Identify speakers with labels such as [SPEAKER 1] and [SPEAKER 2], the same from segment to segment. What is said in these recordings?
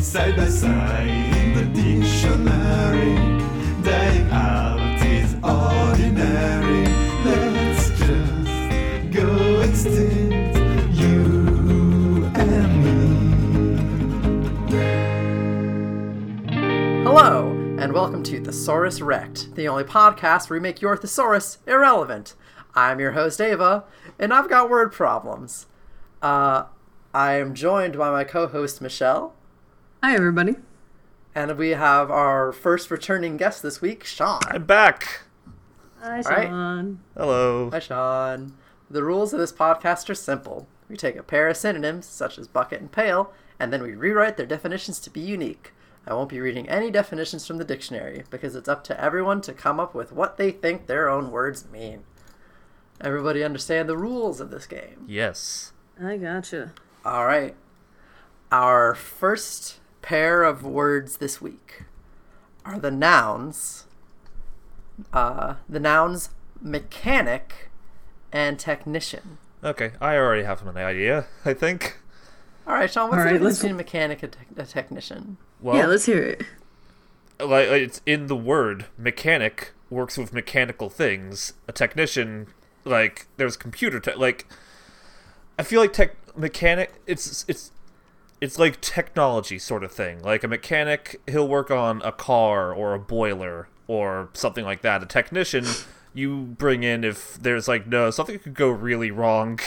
[SPEAKER 1] Side by side in the dictionary, dying out is ordinary. Let's just go extinct, you and me.
[SPEAKER 2] Hello, and welcome to Thesaurus Wrecked, the only podcast where we make your thesaurus irrelevant. I'm your host, Ava, and I've got word problems. Uh, I am joined by my co host, Michelle,
[SPEAKER 3] Hi, everybody.
[SPEAKER 2] and we have our first returning guest this week, Sean.
[SPEAKER 4] I'm back.
[SPEAKER 3] Hi,
[SPEAKER 2] right.
[SPEAKER 3] Sean.
[SPEAKER 4] Hello.
[SPEAKER 2] Hi, Sean. The rules of this podcast are simple. We take a pair of synonyms, such as bucket and pail, and then we rewrite their definitions to be unique. I won't be reading any definitions from the dictionary because it's up to everyone to come up with what they think their own words mean. Everybody understand the rules of this game.
[SPEAKER 4] Yes.
[SPEAKER 3] I gotcha.
[SPEAKER 2] All right. Our first pair of words this week are the nouns. Uh, the nouns mechanic and technician.
[SPEAKER 4] Okay, I already have an idea, I think.
[SPEAKER 2] All right, Sean, what's
[SPEAKER 3] All
[SPEAKER 2] the
[SPEAKER 3] right,
[SPEAKER 2] difference
[SPEAKER 3] let's
[SPEAKER 2] between a mechanic and tech- a technician?
[SPEAKER 4] Well,
[SPEAKER 3] yeah, let's hear it.
[SPEAKER 4] like like, it's in the word mechanic works with mechanical things. A technician like there's computer tech like I feel like tech mechanic it's it's it's like technology sort of thing. Like a mechanic he'll work on a car or a boiler or something like that. A technician you bring in if there's like no something could go really wrong.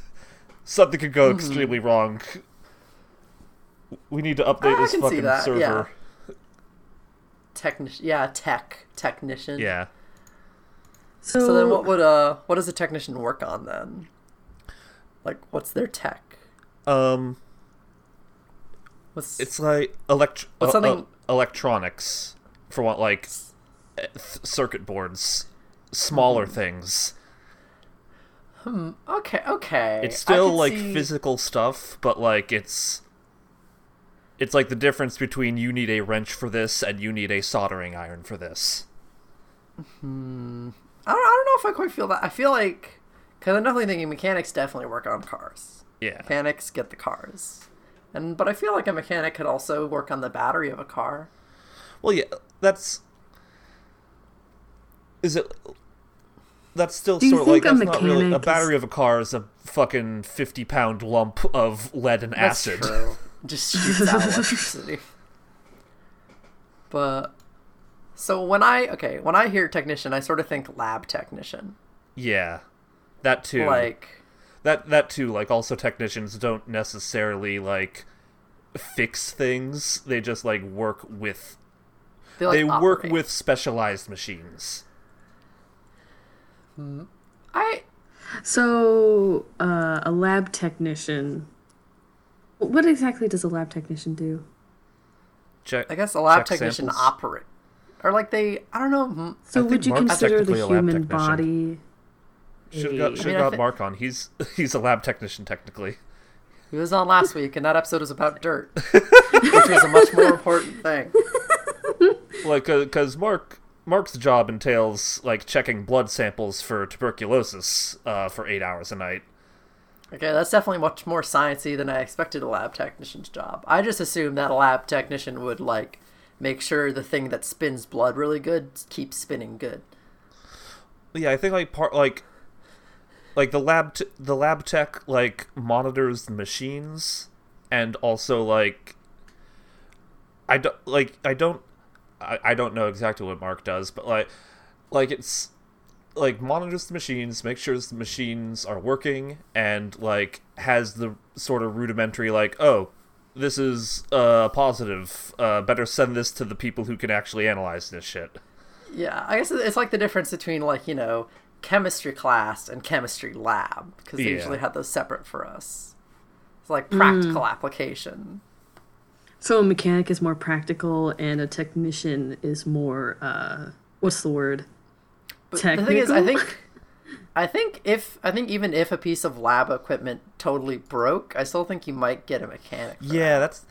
[SPEAKER 4] something could
[SPEAKER 2] Mm-hmm.
[SPEAKER 4] go extremely wrong. We need to update
[SPEAKER 2] I
[SPEAKER 4] this
[SPEAKER 2] can see
[SPEAKER 4] fucking
[SPEAKER 2] that, yeah.
[SPEAKER 4] server.
[SPEAKER 2] Technician, yeah, tech technician.
[SPEAKER 4] yeah.
[SPEAKER 3] So,
[SPEAKER 2] So then, what would uh, what does a technician work on then? Like, what's their tech?
[SPEAKER 4] Um,
[SPEAKER 2] What's
[SPEAKER 4] it's like elect-
[SPEAKER 2] What's
[SPEAKER 4] uh,
[SPEAKER 2] something-
[SPEAKER 4] uh, electronics for what like uh, th- circuit boards, smaller
[SPEAKER 2] Mm-hmm.
[SPEAKER 4] things.
[SPEAKER 2] okay, okay.
[SPEAKER 4] It's
[SPEAKER 2] I
[SPEAKER 4] still
[SPEAKER 2] can
[SPEAKER 4] like
[SPEAKER 2] see-
[SPEAKER 4] physical stuff, but like it's it's like the difference between you need a wrench for this and you need a soldering iron for this.
[SPEAKER 2] I don't, I don't know if I quite feel that. I feel like because I'm definitely thinking mechanics definitely work on cars.
[SPEAKER 4] Yeah.
[SPEAKER 2] Mechanics get the cars, and but I feel like a mechanic could also work on the battery of a car.
[SPEAKER 4] Well, yeah, that's is it. That's still
[SPEAKER 3] you
[SPEAKER 4] sort of like
[SPEAKER 3] think a
[SPEAKER 4] that's not really a
[SPEAKER 3] mechanic is-
[SPEAKER 4] battery of a car is a fucking fifty pound lump of lead and
[SPEAKER 2] That's
[SPEAKER 4] acid.
[SPEAKER 2] true. Just shoots out electricity. But so when I okay, when I hear technician, I sort of think lab technician.
[SPEAKER 4] Yeah, that too.
[SPEAKER 2] Like
[SPEAKER 4] that that too. Like also technicians don't necessarily like fix things. They just like work with
[SPEAKER 2] like,
[SPEAKER 4] they work
[SPEAKER 2] operate.
[SPEAKER 4] with specialized machines.
[SPEAKER 2] I
[SPEAKER 3] so uh, a lab technician. What exactly does a lab technician do?
[SPEAKER 4] Check.
[SPEAKER 2] I guess a lab
[SPEAKER 4] check
[SPEAKER 2] technician
[SPEAKER 4] samples.
[SPEAKER 2] operate or like they I don't know. hmm,
[SPEAKER 3] So
[SPEAKER 4] think
[SPEAKER 3] would you
[SPEAKER 4] Mark's
[SPEAKER 3] consider the
[SPEAKER 4] technically a lab
[SPEAKER 3] human
[SPEAKER 4] technician.
[SPEAKER 3] body?
[SPEAKER 4] Should got
[SPEAKER 3] I
[SPEAKER 4] should
[SPEAKER 2] mean, I
[SPEAKER 4] got
[SPEAKER 2] thi-
[SPEAKER 4] Mark on. He's he's a lab technician technically.
[SPEAKER 2] He was on last week, and that episode was about dirt, which was a much more important thing.
[SPEAKER 4] like because Mark Mark's job entails like checking blood samples for tuberculosis uh, for eight hours a night.
[SPEAKER 2] Okay, that's definitely much more sciencey than I expected a lab technician's job. I just assumed that a lab technician would like make sure the thing that spins blood really good keeps spinning good.
[SPEAKER 4] Yeah, I think like part like like the lab t- the lab tech like monitors the machines and also like I don't like I don't I, I don't know exactly what Mark does, but like like it's like monitors the machines, makes sure the machines are working, and like has the sort of rudimentary like oh this is uh positive uh better send this to the people who can actually analyze this shit.
[SPEAKER 2] Yeah, I guess it's like the difference between like you know chemistry class and chemistry lab because they
[SPEAKER 4] Yeah.
[SPEAKER 2] usually had those separate for us. It's like practical application.
[SPEAKER 3] So a mechanic is more practical, and a technician is more. Uh, what's the word?
[SPEAKER 2] The thing is, I
[SPEAKER 3] Technical?
[SPEAKER 2] think, I think if I think even if a piece of lab equipment totally broke, I still think you might get a mechanic. for
[SPEAKER 4] Yeah, that's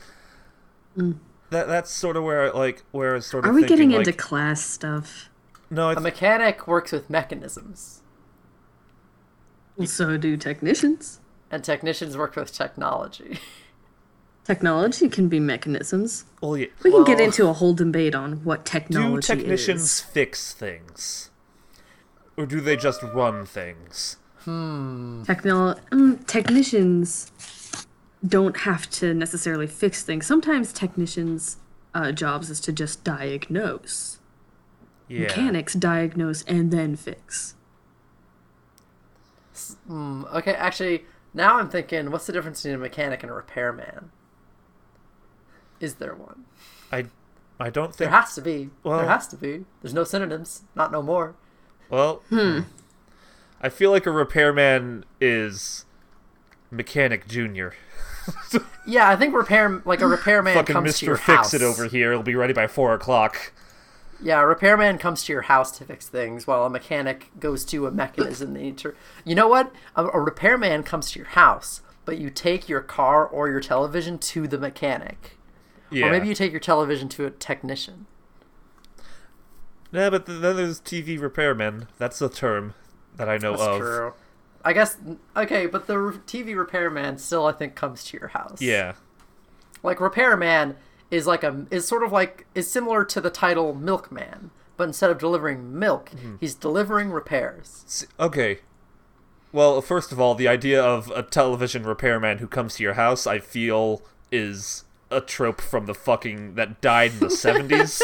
[SPEAKER 2] Mm.
[SPEAKER 4] that. That's sort of where like where it's sort of.
[SPEAKER 3] Are we
[SPEAKER 4] thinking,
[SPEAKER 3] getting into
[SPEAKER 4] like-
[SPEAKER 3] class stuff?
[SPEAKER 4] No, I
[SPEAKER 2] A
[SPEAKER 4] th-
[SPEAKER 2] mechanic works with mechanisms,
[SPEAKER 3] So do technicians.
[SPEAKER 2] and technicians work with technology.
[SPEAKER 3] Technology can be mechanisms.
[SPEAKER 4] Well, yeah.
[SPEAKER 3] We can get
[SPEAKER 2] Well-
[SPEAKER 3] into a whole debate on what
[SPEAKER 4] Do
[SPEAKER 3] technology
[SPEAKER 4] technicians
[SPEAKER 3] is.
[SPEAKER 4] fix things, or do they just run things?
[SPEAKER 3] Technol- mm, technicians don't have to necessarily fix things. Sometimes technicians' uh, jobs is to just diagnose.
[SPEAKER 4] Yeah.
[SPEAKER 3] Mechanics diagnose and then fix.
[SPEAKER 2] Okay, actually, now I'm thinking, what's the difference between a mechanic and a repairman? Is there one?
[SPEAKER 4] I, I don't
[SPEAKER 2] There
[SPEAKER 4] think.
[SPEAKER 2] has to be.
[SPEAKER 4] Well-
[SPEAKER 2] there has to be. There's no synonyms. Not no more.
[SPEAKER 4] well,
[SPEAKER 2] hmm.
[SPEAKER 4] hmm. I feel like a repairman is mechanic junior.
[SPEAKER 2] Yeah, I think repair like a repairman
[SPEAKER 4] Fucking
[SPEAKER 2] comes to
[SPEAKER 4] Mister
[SPEAKER 2] your
[SPEAKER 4] Fix
[SPEAKER 2] house.
[SPEAKER 4] It over here. It'll be ready by four o'clock.
[SPEAKER 2] Yeah, a repairman comes to your house to fix things, while a mechanic goes to a mechanism. They need to. You know what? A, a repairman comes to your house, but you take your car or your television to the mechanic,
[SPEAKER 4] Yeah.
[SPEAKER 2] or maybe you take your television to a technician.
[SPEAKER 4] Yeah, but th- then there's TV repairmen. That's a term that I know
[SPEAKER 2] That's
[SPEAKER 4] of.
[SPEAKER 2] true. I guess okay, but the re- TV repairman still I think comes to your house.
[SPEAKER 4] Yeah.
[SPEAKER 2] Like repairman is like a is sort of like is similar to the title milkman, but instead of delivering milk,
[SPEAKER 4] Hmm.
[SPEAKER 2] he's delivering repairs.
[SPEAKER 4] S- Okay. Well, first of all, the idea of a television repairman who comes to your house, I feel, is a trope from the fucking that died in the 70s.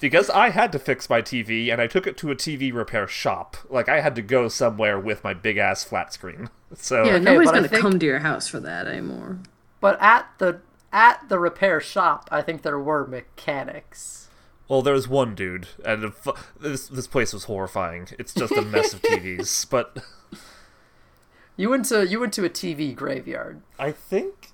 [SPEAKER 4] Because I had to fix my TV and I took it to a TV repair shop. Like, I had to go somewhere with my big ass flat screen. So,
[SPEAKER 3] Yeah,
[SPEAKER 2] Okay,
[SPEAKER 3] nobody's
[SPEAKER 2] but I
[SPEAKER 3] gonna
[SPEAKER 2] think-
[SPEAKER 3] come to your house for that anymore.
[SPEAKER 2] But at the at the repair shop, I think there were mechanics.
[SPEAKER 4] well, there was one dude, and the fu- this, this place was horrifying. It's just a mess of TVs. But
[SPEAKER 2] You went to you went to a TV graveyard
[SPEAKER 4] I think.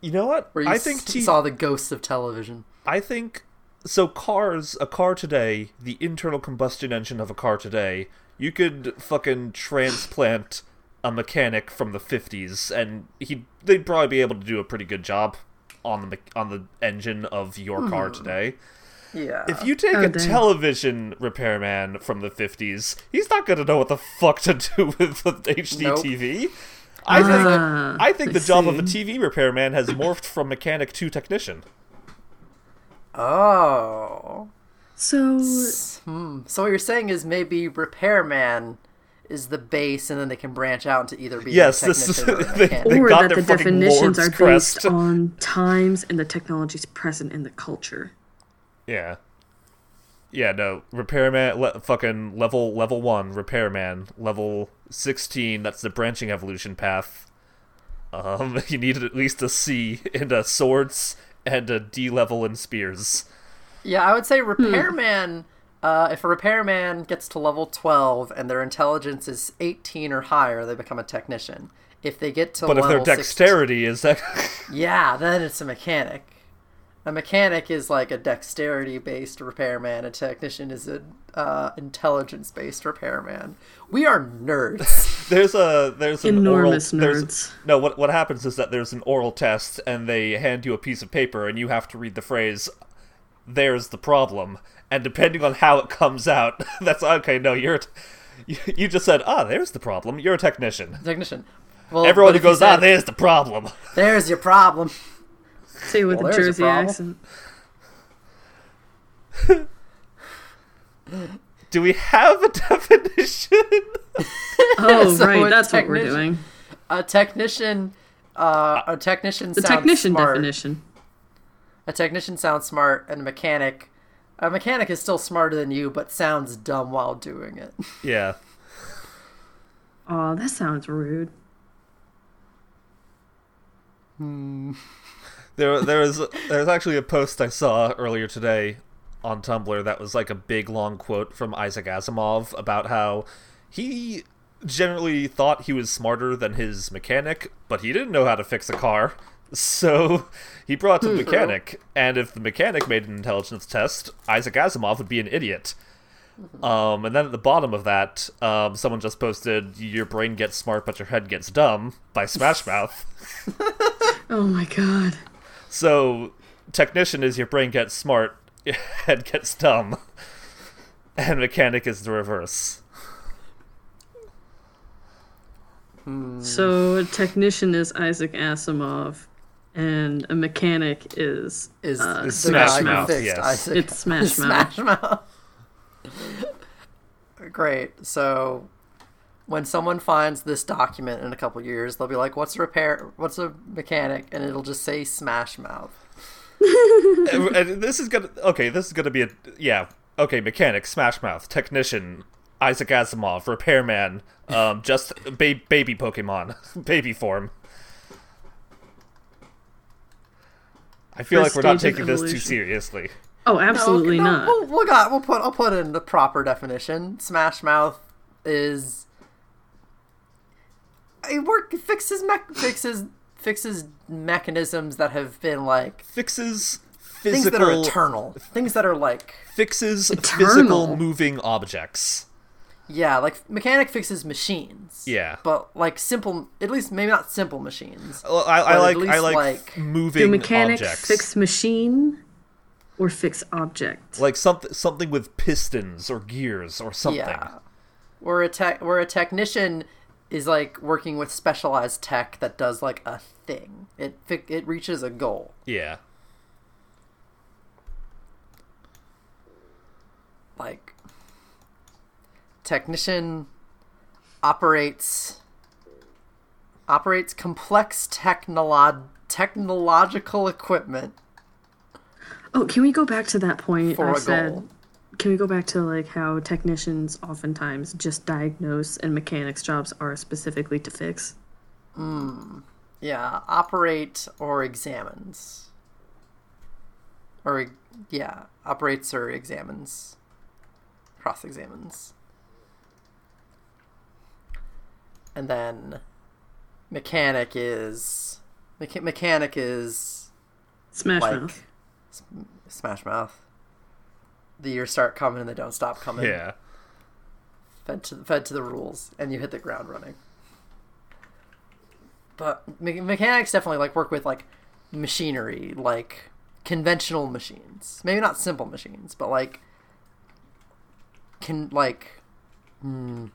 [SPEAKER 4] You know what?
[SPEAKER 2] where you
[SPEAKER 4] I think
[SPEAKER 2] s-
[SPEAKER 4] TV
[SPEAKER 2] saw the ghosts of television.
[SPEAKER 4] I think so. Cars, a car today, the internal combustion engine of a car today, you could fucking transplant a mechanic from the fifties, and he they'd probably be able to do a pretty good job on the mech- on the engine of your car today.
[SPEAKER 2] Yeah.
[SPEAKER 4] If you take
[SPEAKER 3] Hmm. Oh,
[SPEAKER 4] a
[SPEAKER 3] dang.
[SPEAKER 4] television repairman from the fifties, he's not gonna know what the fuck to do with the
[SPEAKER 2] Nope.
[SPEAKER 4] HDTV. I think
[SPEAKER 3] Ah,
[SPEAKER 4] I think the job of a
[SPEAKER 3] see.
[SPEAKER 4] TV repairman has morphed from mechanic to technician.
[SPEAKER 2] oh.
[SPEAKER 3] So
[SPEAKER 2] Hmm. So what you're saying is maybe repairman is the base, and then they can branch out into either being
[SPEAKER 4] Yes,
[SPEAKER 2] a
[SPEAKER 4] this is-
[SPEAKER 2] technician or a
[SPEAKER 4] they-
[SPEAKER 2] mechanic.
[SPEAKER 4] they-
[SPEAKER 3] or
[SPEAKER 4] got
[SPEAKER 3] that
[SPEAKER 4] their
[SPEAKER 3] the
[SPEAKER 4] fucking
[SPEAKER 3] definitions
[SPEAKER 4] Lord's
[SPEAKER 3] are
[SPEAKER 4] crest.
[SPEAKER 3] based on times and the technologies present in the culture.
[SPEAKER 4] Yeah. Yeah, no. Repairman le- fucking level level 1 repairman, level 16, that's the branching evolution path. Um you need at least a C in uh, swords and a D level in spears.
[SPEAKER 2] Yeah, I would say repairman. Uh, if a repairman gets to level 12 and their intelligence is 18 or higher, they become a technician. If they get to
[SPEAKER 4] But if
[SPEAKER 2] level 16
[SPEAKER 4] their dexterity is that
[SPEAKER 2] yeah, then it's a mechanic. A mechanic is like a dexterity-based repairman. A technician is an uh, intelligence-based repairman. We are nerds.
[SPEAKER 4] there's a there's an
[SPEAKER 3] Enormous
[SPEAKER 4] oral there's
[SPEAKER 3] nerds.
[SPEAKER 4] no what what happens is that there's an oral test and they hand you a piece of paper and you have to read the phrase there's the problem and depending on how it comes out that's okay no you're a t- you, you just said ah there's the problem you're a technician
[SPEAKER 2] technician. Well,
[SPEAKER 4] everyone
[SPEAKER 2] but
[SPEAKER 4] who
[SPEAKER 2] if you
[SPEAKER 4] goes ah
[SPEAKER 2] said,
[SPEAKER 4] there's the problem
[SPEAKER 2] There's your problem.
[SPEAKER 3] Say it with
[SPEAKER 2] Well,
[SPEAKER 3] a
[SPEAKER 2] there's a
[SPEAKER 3] Jersey
[SPEAKER 2] problem.
[SPEAKER 3] accent.
[SPEAKER 4] do we have a definition
[SPEAKER 3] Oh,
[SPEAKER 2] So a
[SPEAKER 3] right, that's what we're
[SPEAKER 2] technician-
[SPEAKER 3] doing.
[SPEAKER 2] A technician. Uh, a technician.
[SPEAKER 3] The
[SPEAKER 2] sounds
[SPEAKER 3] technician
[SPEAKER 2] smart.
[SPEAKER 3] definition.
[SPEAKER 2] A technician sounds smart, and a mechanic. A mechanic is still smarter than you, but sounds dumb while doing it.
[SPEAKER 4] yeah
[SPEAKER 3] Oh, that sounds rude.
[SPEAKER 4] There, there was there was actually a post I saw earlier today on Tumblr that was like a big long quote from Isaac Asimov about how he generally thought he was smarter than his mechanic, but he didn't know how to fix a car. So he brought it to the mechanic, and if the mechanic made an intelligence test, Isaac Asimov would be an idiot. Um, and then at the bottom of that, um, someone just posted, "Your brain gets smart, but your head gets dumb" by Smash Mouth.
[SPEAKER 3] Oh my god.
[SPEAKER 4] So, technician is your brain gets smart, your head gets dumb, and mechanic is the reverse.
[SPEAKER 3] So a technician is Isaac Asimov, and a mechanic is uh,
[SPEAKER 2] Is the
[SPEAKER 4] Smash
[SPEAKER 2] guy who
[SPEAKER 4] Mouth,
[SPEAKER 2] fixed
[SPEAKER 4] yes.
[SPEAKER 2] Isaac-
[SPEAKER 3] It's Smash Mouth.
[SPEAKER 2] Smash Mouth. Great. So when someone finds this document in a couple years, they'll be like, "What's a repair? What's a mechanic?" And it'll just say Smash Mouth.
[SPEAKER 4] And- and this is gonna okay. This is gonna be a yeah. Okay, mechanic, Smash Mouth, technician, Isaac Asimov, repairman, um, just ba- baby Pokemon, baby form. I feel
[SPEAKER 3] First
[SPEAKER 4] like we're not
[SPEAKER 3] stage of
[SPEAKER 4] taking this too
[SPEAKER 3] evolution.
[SPEAKER 4] seriously.
[SPEAKER 3] oh absolutely
[SPEAKER 2] No,
[SPEAKER 3] not
[SPEAKER 2] We'll, we'll got. We'll put. I'll put in the proper definition. Smash Mouth is. It work fixes mech fixes fixes mechanisms that have been like
[SPEAKER 4] Fixes
[SPEAKER 2] things
[SPEAKER 4] physical
[SPEAKER 2] that are eternal, things that are like
[SPEAKER 4] fixes physical
[SPEAKER 3] Eternal.
[SPEAKER 4] moving objects.
[SPEAKER 2] Yeah, like mechanic fixes machines.
[SPEAKER 4] Yeah.
[SPEAKER 2] But like simple, at least maybe not simple machines.
[SPEAKER 4] Well, I, I
[SPEAKER 2] Or at
[SPEAKER 4] like I
[SPEAKER 2] least,
[SPEAKER 4] like,
[SPEAKER 2] like,
[SPEAKER 4] moving
[SPEAKER 3] do mechanics
[SPEAKER 4] objects.
[SPEAKER 3] fix machine or fix object
[SPEAKER 4] like something something with pistons or gears or something.
[SPEAKER 2] Yeah. Where a tech, where a technician is like working with specialized tech that does like a thing. It fi- it reaches a goal.
[SPEAKER 4] Yeah.
[SPEAKER 2] Like technician operates operates complex technolo- technological equipment
[SPEAKER 3] oh can we go back to that point
[SPEAKER 2] for
[SPEAKER 3] i
[SPEAKER 2] a
[SPEAKER 3] said
[SPEAKER 2] goal.
[SPEAKER 3] can we go back to like how technicians oftentimes just diagnose and mechanics jobs are specifically to fix
[SPEAKER 2] Yeah, operate or examines. Or, yeah, operates or examines. Cross examines. And then mechanic is. Mecha- mechanic is
[SPEAKER 3] smash
[SPEAKER 2] like.
[SPEAKER 3] mouth
[SPEAKER 2] Sm- Smash Mouth. The years start coming and they don't stop coming.
[SPEAKER 4] Yeah.
[SPEAKER 2] fed to fed to the rules, and you hit the ground running. But me- mechanics definitely like work with like machinery, like conventional machines. Maybe not simple machines, but like can like hmm.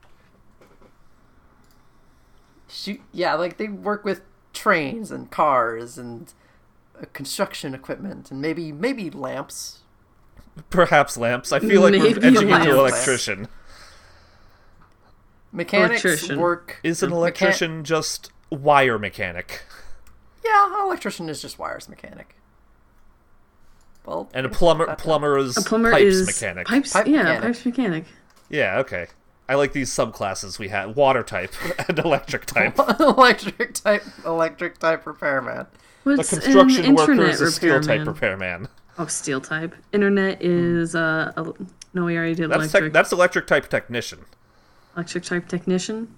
[SPEAKER 2] shoot. Yeah, like they work with trains and cars and uh, construction equipment and maybe maybe lamps.
[SPEAKER 4] Perhaps lamps. I feel like we're
[SPEAKER 3] Maybe
[SPEAKER 4] edging
[SPEAKER 3] lamps.
[SPEAKER 4] into electrician.
[SPEAKER 2] Mechanics
[SPEAKER 3] Electrician.
[SPEAKER 2] work
[SPEAKER 4] Is an electrician just wire mechanic?
[SPEAKER 2] Yeah, an electrician is just wires mechanic. Well,
[SPEAKER 4] And a plumber
[SPEAKER 2] that's-
[SPEAKER 4] plumber is
[SPEAKER 3] a plumber
[SPEAKER 4] pipes
[SPEAKER 3] is
[SPEAKER 4] mechanic.
[SPEAKER 3] pipes
[SPEAKER 2] Pipe
[SPEAKER 3] yeah
[SPEAKER 2] mechanic.
[SPEAKER 3] pipes mechanic
[SPEAKER 4] Yeah, okay. I like these subclasses we had. Water type and electric type.
[SPEAKER 2] electric type, electric type repairman.
[SPEAKER 4] The
[SPEAKER 3] What's
[SPEAKER 4] construction
[SPEAKER 3] an
[SPEAKER 4] worker
[SPEAKER 3] internet
[SPEAKER 4] is a steel type
[SPEAKER 3] repairman?
[SPEAKER 4] repairman.
[SPEAKER 3] Oh, steel type. Internet
[SPEAKER 2] Hmm.
[SPEAKER 3] is uh, el- no, we already did
[SPEAKER 4] That's
[SPEAKER 3] electric.
[SPEAKER 4] tech that's electric type technician.
[SPEAKER 3] electric type technician.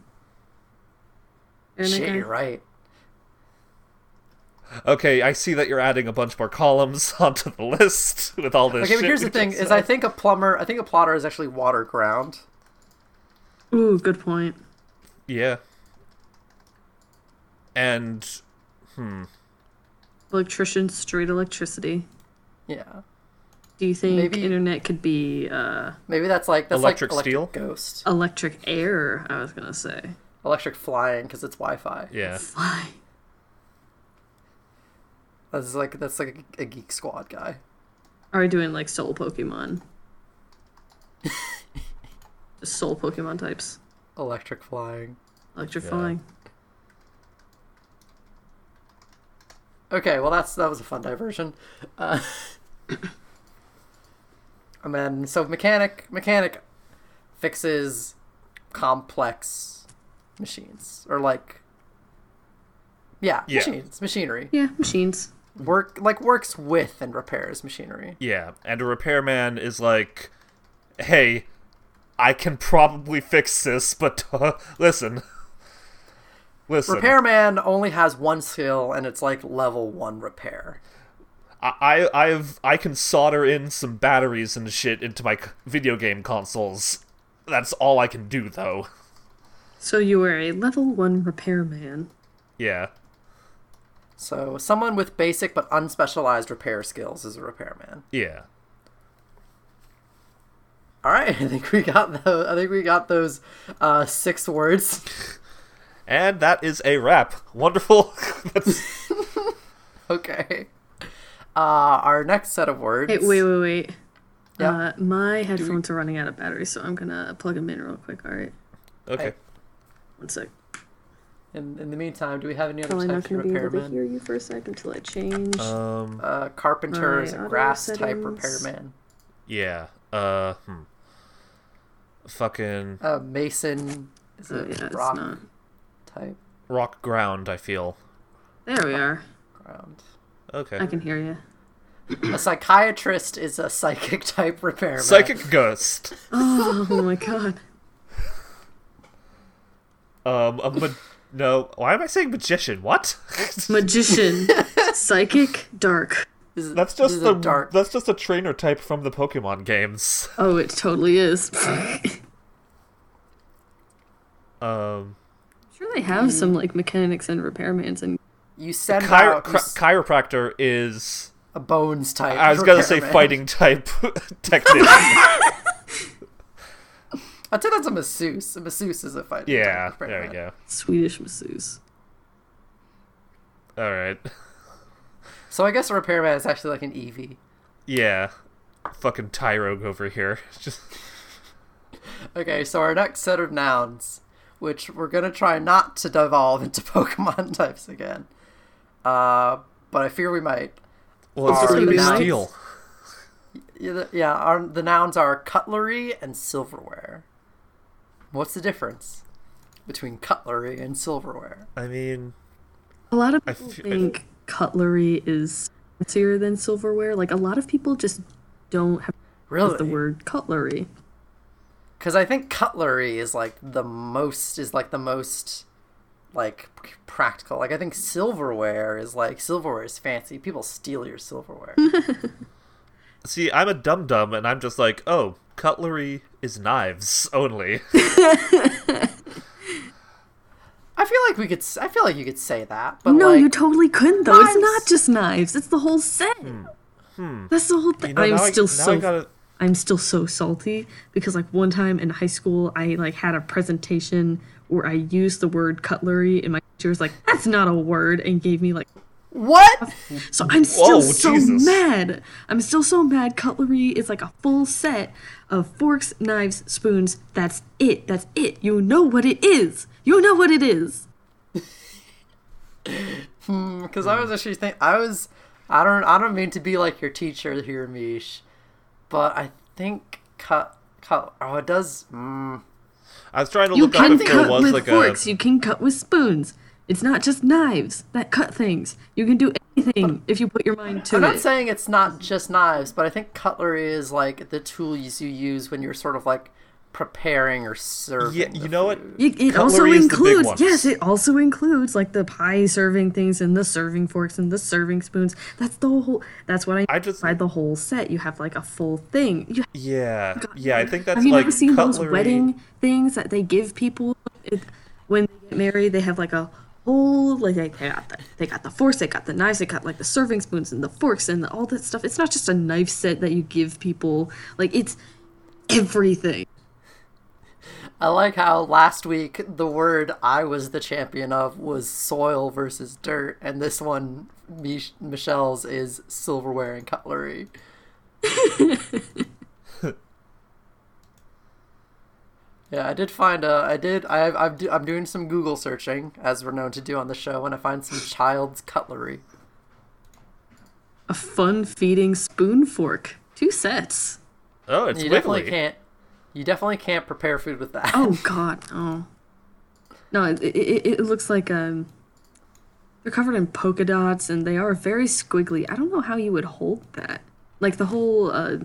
[SPEAKER 3] Internet
[SPEAKER 2] Shit,
[SPEAKER 3] guy?
[SPEAKER 2] you're right.
[SPEAKER 4] Okay, I see that you're adding a bunch more columns onto the list with all this.
[SPEAKER 2] Okay, but
[SPEAKER 4] shit
[SPEAKER 2] here's
[SPEAKER 4] we
[SPEAKER 2] the thing:
[SPEAKER 4] just
[SPEAKER 2] is
[SPEAKER 4] said.
[SPEAKER 2] I think a plumber, I think a plotter is actually water ground.
[SPEAKER 3] Ooh, good point.
[SPEAKER 4] yeah, and
[SPEAKER 3] Electrician, straight electricity.
[SPEAKER 2] Yeah,
[SPEAKER 3] Do you think
[SPEAKER 2] Maybe-
[SPEAKER 3] internet could be uh,
[SPEAKER 2] maybe that's like that's
[SPEAKER 4] Electric
[SPEAKER 2] like electric
[SPEAKER 4] steel?
[SPEAKER 2] ghost,
[SPEAKER 3] electric air? I was gonna say.
[SPEAKER 2] electric flying because it's Wi-Fi.
[SPEAKER 4] yeah,
[SPEAKER 3] Fly.
[SPEAKER 2] That's like that's like a, a geek squad guy.
[SPEAKER 3] Are we doing like soul Pokemon? Just soul Pokemon types.
[SPEAKER 2] Electric flying.
[SPEAKER 3] Electrifying.
[SPEAKER 2] Okay, well that's that was a fun diversion. Uh, and then so mechanic mechanic fixes complex machines or like yeah,
[SPEAKER 4] Yeah.
[SPEAKER 2] machines machinery
[SPEAKER 3] Yeah, machines.
[SPEAKER 2] work like works with and repairs machinery.
[SPEAKER 4] yeah. And a repairman is like, hey, I can probably fix this, but uh, listen, listen.
[SPEAKER 2] Repairman only has one skill and it's like level one repair.
[SPEAKER 4] I I- I've I can solder in some batteries and shit into my c- video game consoles. That's all I can do though.
[SPEAKER 3] So you are a level one repairman.
[SPEAKER 4] Yeah.
[SPEAKER 2] So someone with basic but unspecialized repair skills is a repairman.
[SPEAKER 4] Yeah.
[SPEAKER 2] All right, I think we got those. I think we got those uh, six words.
[SPEAKER 4] And that is a wrap. Wonderful. That's
[SPEAKER 2] okay. Uh, our next set of words.
[SPEAKER 3] Hey, wait, wait, wait.
[SPEAKER 2] Yeah.
[SPEAKER 3] Uh, my headphones are running out of battery, so I'm gonna plug them in real quick. All right,
[SPEAKER 4] Okay.
[SPEAKER 3] one sec.
[SPEAKER 2] in, in the meantime, do we have any other
[SPEAKER 3] Probably not
[SPEAKER 2] types of
[SPEAKER 3] gonna be able to
[SPEAKER 2] repairman?
[SPEAKER 3] hear you for a sec until I change.
[SPEAKER 4] Um.
[SPEAKER 2] Uh, carpenter
[SPEAKER 3] My
[SPEAKER 2] is a
[SPEAKER 3] audio
[SPEAKER 2] grass type
[SPEAKER 3] settings.
[SPEAKER 2] repairman.
[SPEAKER 4] Yeah. Uh. Hmm. Fucking
[SPEAKER 2] Uh, mason is
[SPEAKER 3] oh
[SPEAKER 2] a
[SPEAKER 3] yeah, it's
[SPEAKER 2] rock
[SPEAKER 3] not.
[SPEAKER 2] type
[SPEAKER 4] rock ground. I feel.
[SPEAKER 3] There we are.
[SPEAKER 2] ground.
[SPEAKER 4] Okay.
[SPEAKER 3] I can hear you.
[SPEAKER 2] A psychiatrist is a psychic type repairman.
[SPEAKER 4] Psychic ghost.
[SPEAKER 3] Oh, my god.
[SPEAKER 4] Um. A ma- no. Why am I saying magician? What?
[SPEAKER 3] Magician, psychic, dark.
[SPEAKER 2] This is-
[SPEAKER 4] that's
[SPEAKER 2] this
[SPEAKER 4] just
[SPEAKER 2] is
[SPEAKER 4] the
[SPEAKER 2] a dark.
[SPEAKER 4] that's just a trainer type from the Pokemon games.
[SPEAKER 3] Oh, it totally is.
[SPEAKER 4] Um.
[SPEAKER 3] sure, they have some like mechanics and repairmans and
[SPEAKER 2] You send
[SPEAKER 4] Chiro-
[SPEAKER 2] out you
[SPEAKER 4] chiro-
[SPEAKER 2] s-
[SPEAKER 4] chiropractor is.
[SPEAKER 2] a bones type.
[SPEAKER 4] I was gonna say
[SPEAKER 2] repairman.
[SPEAKER 4] fighting type technician.
[SPEAKER 2] I'd say that's a masseuse. A masseuse is a fighting.
[SPEAKER 4] yeah.
[SPEAKER 2] type
[SPEAKER 4] There we
[SPEAKER 2] repairman.
[SPEAKER 4] go.
[SPEAKER 3] Swedish masseuse.
[SPEAKER 4] All right.
[SPEAKER 2] So I guess a repairman is actually like an E EV.
[SPEAKER 4] Yeah. Fucking Tyrogue over here. Just
[SPEAKER 2] Okay, so our next set of nouns, which we're gonna try not to devolve into Pokemon types again, uh, but I fear we might.
[SPEAKER 4] well, it's just
[SPEAKER 2] Are
[SPEAKER 4] gonna be
[SPEAKER 2] nouns-
[SPEAKER 4] steel.
[SPEAKER 2] Yeah, the- yeah our, the nouns are cutlery and silverware. What's the difference between cutlery and silverware?
[SPEAKER 4] I mean,
[SPEAKER 3] A lot of
[SPEAKER 4] I
[SPEAKER 3] people
[SPEAKER 4] fe- I-
[SPEAKER 3] think cutlery is fancier than silverware. Like a lot of people just don't have
[SPEAKER 2] Really?
[SPEAKER 3] the word cutlery.
[SPEAKER 2] because I think cutlery is like the most is like the most like p- practical. Like I think silverware is like silverware is fancy. People steal your silverware.
[SPEAKER 4] see, I'm a dum dum, and I'm just like, oh, cutlery is knives only.
[SPEAKER 2] I feel like we could. s- I feel like you could say that, but
[SPEAKER 3] no,
[SPEAKER 2] like,
[SPEAKER 3] you totally couldn't though. It's
[SPEAKER 2] Knives!
[SPEAKER 3] not just knives. It's the whole set. That's the whole thing.
[SPEAKER 4] Hmm. You know,
[SPEAKER 3] I'm
[SPEAKER 4] now
[SPEAKER 3] still
[SPEAKER 4] I,
[SPEAKER 3] so
[SPEAKER 4] Now I gotta,
[SPEAKER 3] I'm still so salty because like one time in high school I like had a presentation where I used the word cutlery and my teacher was like, That's not a word and gave me like
[SPEAKER 2] what?
[SPEAKER 3] so I'm still
[SPEAKER 4] Whoa,
[SPEAKER 3] so
[SPEAKER 4] Jesus.
[SPEAKER 3] mad. I'm still so mad. Cutlery is like a full set of forks, knives, spoons. That's it. That's it. You know what it is. You know what it is.
[SPEAKER 2] Because I was actually think I was. I don't. I don't mean to be like your teacher here, Mish, but I think cut cut. Oh, it does. Mm,
[SPEAKER 4] I was trying to
[SPEAKER 3] You
[SPEAKER 4] look up
[SPEAKER 3] can
[SPEAKER 4] if there
[SPEAKER 3] cut
[SPEAKER 4] was
[SPEAKER 3] with
[SPEAKER 4] like
[SPEAKER 3] forks.
[SPEAKER 4] a.
[SPEAKER 3] You can cut with spoons. It's not just knives that cut things. You can do anything if you put your mind to
[SPEAKER 2] I'm
[SPEAKER 3] it.
[SPEAKER 2] not saying it's not just knives, but I think cutlery is like the tools you use when you're sort of like preparing or serving.
[SPEAKER 4] Yeah, you know what?
[SPEAKER 3] It, it also
[SPEAKER 4] Cutlery is the big
[SPEAKER 3] includes
[SPEAKER 4] one.
[SPEAKER 3] yes, it also includes like the pie serving things and the serving forks and the serving spoons. That's the whole. That's what I.
[SPEAKER 4] I just-
[SPEAKER 3] by the whole set. You have like a full thing. You
[SPEAKER 4] Yeah, yeah. I think that's
[SPEAKER 3] have you
[SPEAKER 4] like
[SPEAKER 3] never seen
[SPEAKER 4] cutlery.
[SPEAKER 3] those wedding things that they give people it, when they get married? They have like a whole like they, they got the, they got the forks, they got the knives, they got like the serving spoons and the forks and all that stuff. It's not just a knife set that you give people. Like it's everything.
[SPEAKER 2] I like how last week the word I was the champion of was soil versus dirt, and this one, Mich- Michelle's, is silverware and cutlery. yeah, I did find a. I did. I, I've, do, I'm doing some Google searching, as we're known to do on the show, and I find some child's cutlery.
[SPEAKER 3] A fun feeding spoon fork. Two sets.
[SPEAKER 4] Oh, it's
[SPEAKER 2] You
[SPEAKER 4] wiggly.
[SPEAKER 2] definitely can't. You definitely can't prepare food with that.
[SPEAKER 3] Oh God, oh. No, it, it, it- it looks like um, they're covered in polka dots and they are very squiggly. I don't know how you would hold that. Like the whole uh,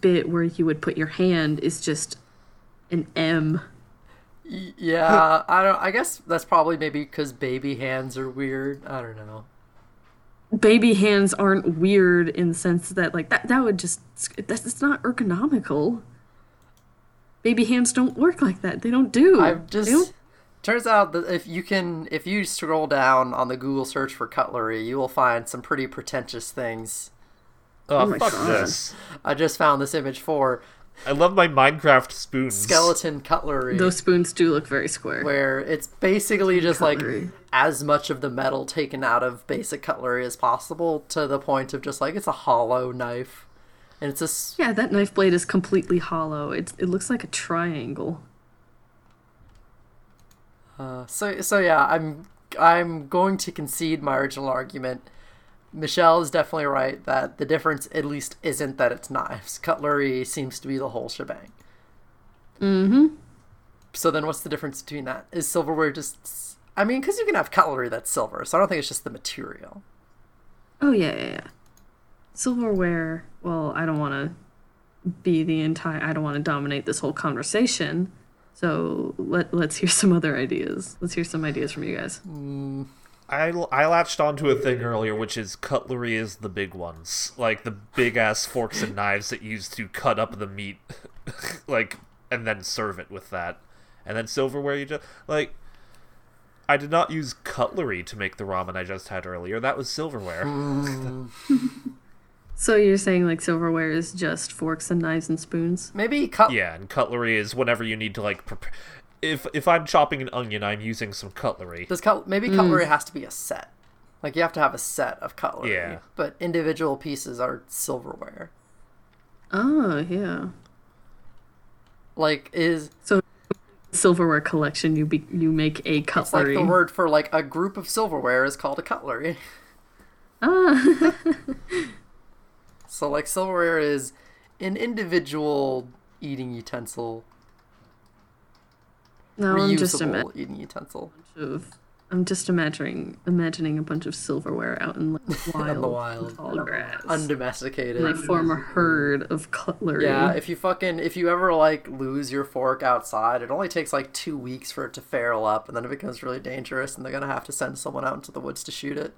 [SPEAKER 3] bit where you would put your hand is just an M.
[SPEAKER 2] Y- Yeah, I don't. I guess that's probably maybe because baby hands are weird. I don't know.
[SPEAKER 3] Baby hands aren't weird in the sense that like that that would just that's it's not ergonomical. Baby hands don't work like that. They don't do.
[SPEAKER 2] I've
[SPEAKER 3] They don't
[SPEAKER 2] just turns out that if you can if you scroll down on the Google search for cutlery, you will find some pretty pretentious things.
[SPEAKER 4] Oh,
[SPEAKER 3] my
[SPEAKER 4] fuck
[SPEAKER 3] God.
[SPEAKER 4] this.
[SPEAKER 2] I just found this image for
[SPEAKER 4] I love my Minecraft spoons.
[SPEAKER 2] skeleton cutlery
[SPEAKER 3] Those spoons do look very square.
[SPEAKER 2] where it's basically just like
[SPEAKER 3] Cutlery.
[SPEAKER 2] as much of the metal taken out of basic cutlery as possible to the point of just like it's a hollow knife and it's a s-
[SPEAKER 3] Yeah, that knife blade is completely hollow. It's, it looks like a triangle.
[SPEAKER 2] so so yeah i'm i'm going to concede my original argument michelle is definitely right that the difference at least isn't that it's knives cutlery seems to be the whole shebang mm-hmm so then what's the difference between that is silverware just s- i mean because you can have cutlery that's silver so i don't think it's just the material
[SPEAKER 3] Oh yeah, yeah, yeah. Silverware. Well, I don't want to be the entire. I don't want to dominate this whole conversation. So let let's hear some other ideas. Let's hear some ideas from you guys.
[SPEAKER 4] I, I latched onto a thing earlier, which is cutlery is the big ones, like the big ass forks and knives that used to cut up the meat, like and then serve it with that, and then silverware. You just like, I did not use cutlery to make the ramen I just had earlier. That was silverware.
[SPEAKER 3] So you're saying like silverware is just forks and knives and spoons?
[SPEAKER 2] maybe cut
[SPEAKER 4] yeah, and cutlery is whenever you need to like prepare. If if I'm chopping an onion, I'm using some cutlery.
[SPEAKER 2] Does cut maybe cutlery has to be a set? Like you have to have a set of cutlery.
[SPEAKER 4] Yeah.
[SPEAKER 2] But individual pieces are silverware.
[SPEAKER 3] Oh yeah.
[SPEAKER 2] Like is
[SPEAKER 3] Silverware collection. You be, you make a
[SPEAKER 2] it's like
[SPEAKER 3] cutlery.
[SPEAKER 2] the word for like a group of silverware is called a cutlery.
[SPEAKER 3] ah.
[SPEAKER 2] So like silverware is an individual eating utensil,
[SPEAKER 3] now I'm just ima-
[SPEAKER 2] reusable eating utensil
[SPEAKER 3] of I'm just imagining imagining a bunch of silverware out in like the wild,
[SPEAKER 2] wild.
[SPEAKER 3] tall grass,
[SPEAKER 2] undomesticated.
[SPEAKER 3] and they form a herd of cutlery.
[SPEAKER 2] yeah, if you fucking if you ever like lose your fork outside, it only takes like two weeks for it to feral up, and then it becomes really dangerous, and they're gonna have to send someone out into the woods to shoot it.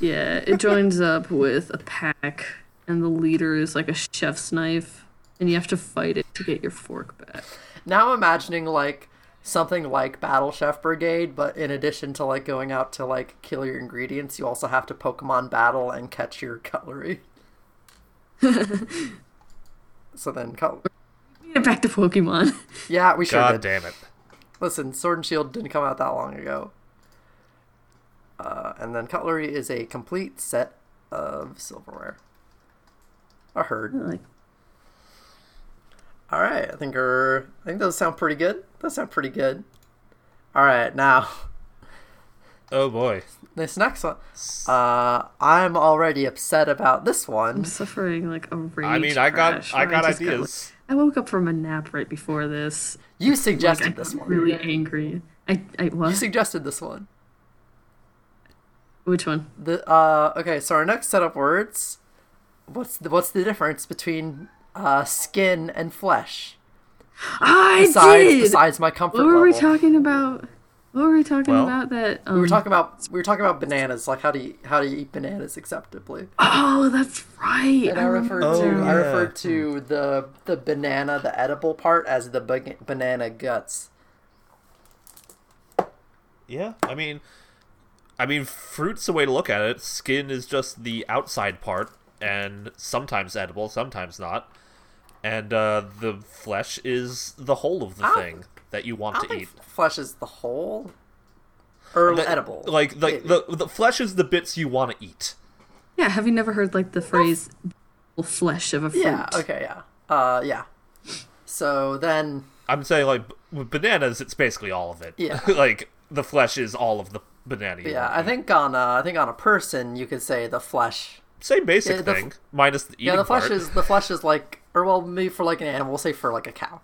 [SPEAKER 3] yeah, it joins up with a pack, and the leader is like a chef's knife, and you have to fight it to get your fork back.
[SPEAKER 2] now I'm imagining like something like Battle Chef Brigade, but in addition to like going out to like kill your ingredients, you also have to Pokemon battle and catch your cutlery. so then, cut-
[SPEAKER 3] Get it back to Pokemon.
[SPEAKER 2] yeah, we sure
[SPEAKER 4] God
[SPEAKER 2] did.
[SPEAKER 4] damn it!
[SPEAKER 2] Listen, Sword and Shield didn't come out that long ago. Uh, and then cutlery is a complete set of silverware. A herd.
[SPEAKER 3] like,
[SPEAKER 2] All right, I think er, I think those sound pretty good. Those sound pretty good. All right, now
[SPEAKER 4] Oh boy.
[SPEAKER 2] this next one. Uh, I'm already upset about this
[SPEAKER 3] I'm
[SPEAKER 2] one.
[SPEAKER 3] suffering like a rage.
[SPEAKER 4] I mean, I got
[SPEAKER 3] crash
[SPEAKER 4] I
[SPEAKER 3] where
[SPEAKER 4] got
[SPEAKER 3] just like-
[SPEAKER 4] ideas.
[SPEAKER 3] I woke up from a nap right before this.
[SPEAKER 2] You
[SPEAKER 3] Like, I
[SPEAKER 2] suggested
[SPEAKER 3] got
[SPEAKER 2] this one.
[SPEAKER 3] really angry. I I
[SPEAKER 2] You
[SPEAKER 3] was
[SPEAKER 2] suggested this one.
[SPEAKER 3] which one?
[SPEAKER 2] The uh, okay, so our next set of words. What's the, what's the difference between uh, skin and flesh?
[SPEAKER 3] I
[SPEAKER 2] Besides,
[SPEAKER 3] did.
[SPEAKER 2] besides my comfort
[SPEAKER 3] What were we
[SPEAKER 2] level.
[SPEAKER 3] talking about? What were we talking
[SPEAKER 4] Well,
[SPEAKER 3] about? That um,
[SPEAKER 2] we were talking about we were talking about bananas, like how do you how do you eat bananas acceptably?
[SPEAKER 3] Oh, that's right.
[SPEAKER 2] And I referred
[SPEAKER 4] Oh,
[SPEAKER 2] to I
[SPEAKER 4] yeah.
[SPEAKER 2] referred to the the banana, the edible part, as the ba- banana guts.
[SPEAKER 4] Yeah, I mean, I mean, fruit's a way to look at it. Skin is just the outside part, and sometimes edible, sometimes not. And uh, the flesh is the whole of the
[SPEAKER 2] don't-
[SPEAKER 4] thing that you
[SPEAKER 2] I
[SPEAKER 4] want
[SPEAKER 2] don't
[SPEAKER 4] to
[SPEAKER 2] think
[SPEAKER 4] eat.
[SPEAKER 2] flesh is the whole or
[SPEAKER 4] The-
[SPEAKER 2] edible.
[SPEAKER 4] like the, the the flesh is the bits you want to eat.
[SPEAKER 3] Yeah, have you never heard like the phrase "the flesh of a fruit"?
[SPEAKER 2] Yeah. Okay. Yeah. Uh. Yeah. So then,
[SPEAKER 4] I'm saying like b- with bananas, it's basically all of it.
[SPEAKER 2] Yeah.
[SPEAKER 4] like the flesh is all of the banana. you
[SPEAKER 2] yeah,
[SPEAKER 4] want to
[SPEAKER 2] I
[SPEAKER 4] eat.
[SPEAKER 2] think on uh, I think on a person you could say the flesh.
[SPEAKER 4] same basic
[SPEAKER 2] yeah, the f-
[SPEAKER 4] thing minus the eating
[SPEAKER 2] Yeah, the flesh
[SPEAKER 4] part.
[SPEAKER 2] is the flesh is like, or well, maybe for like an animal, we'll say for like a cow.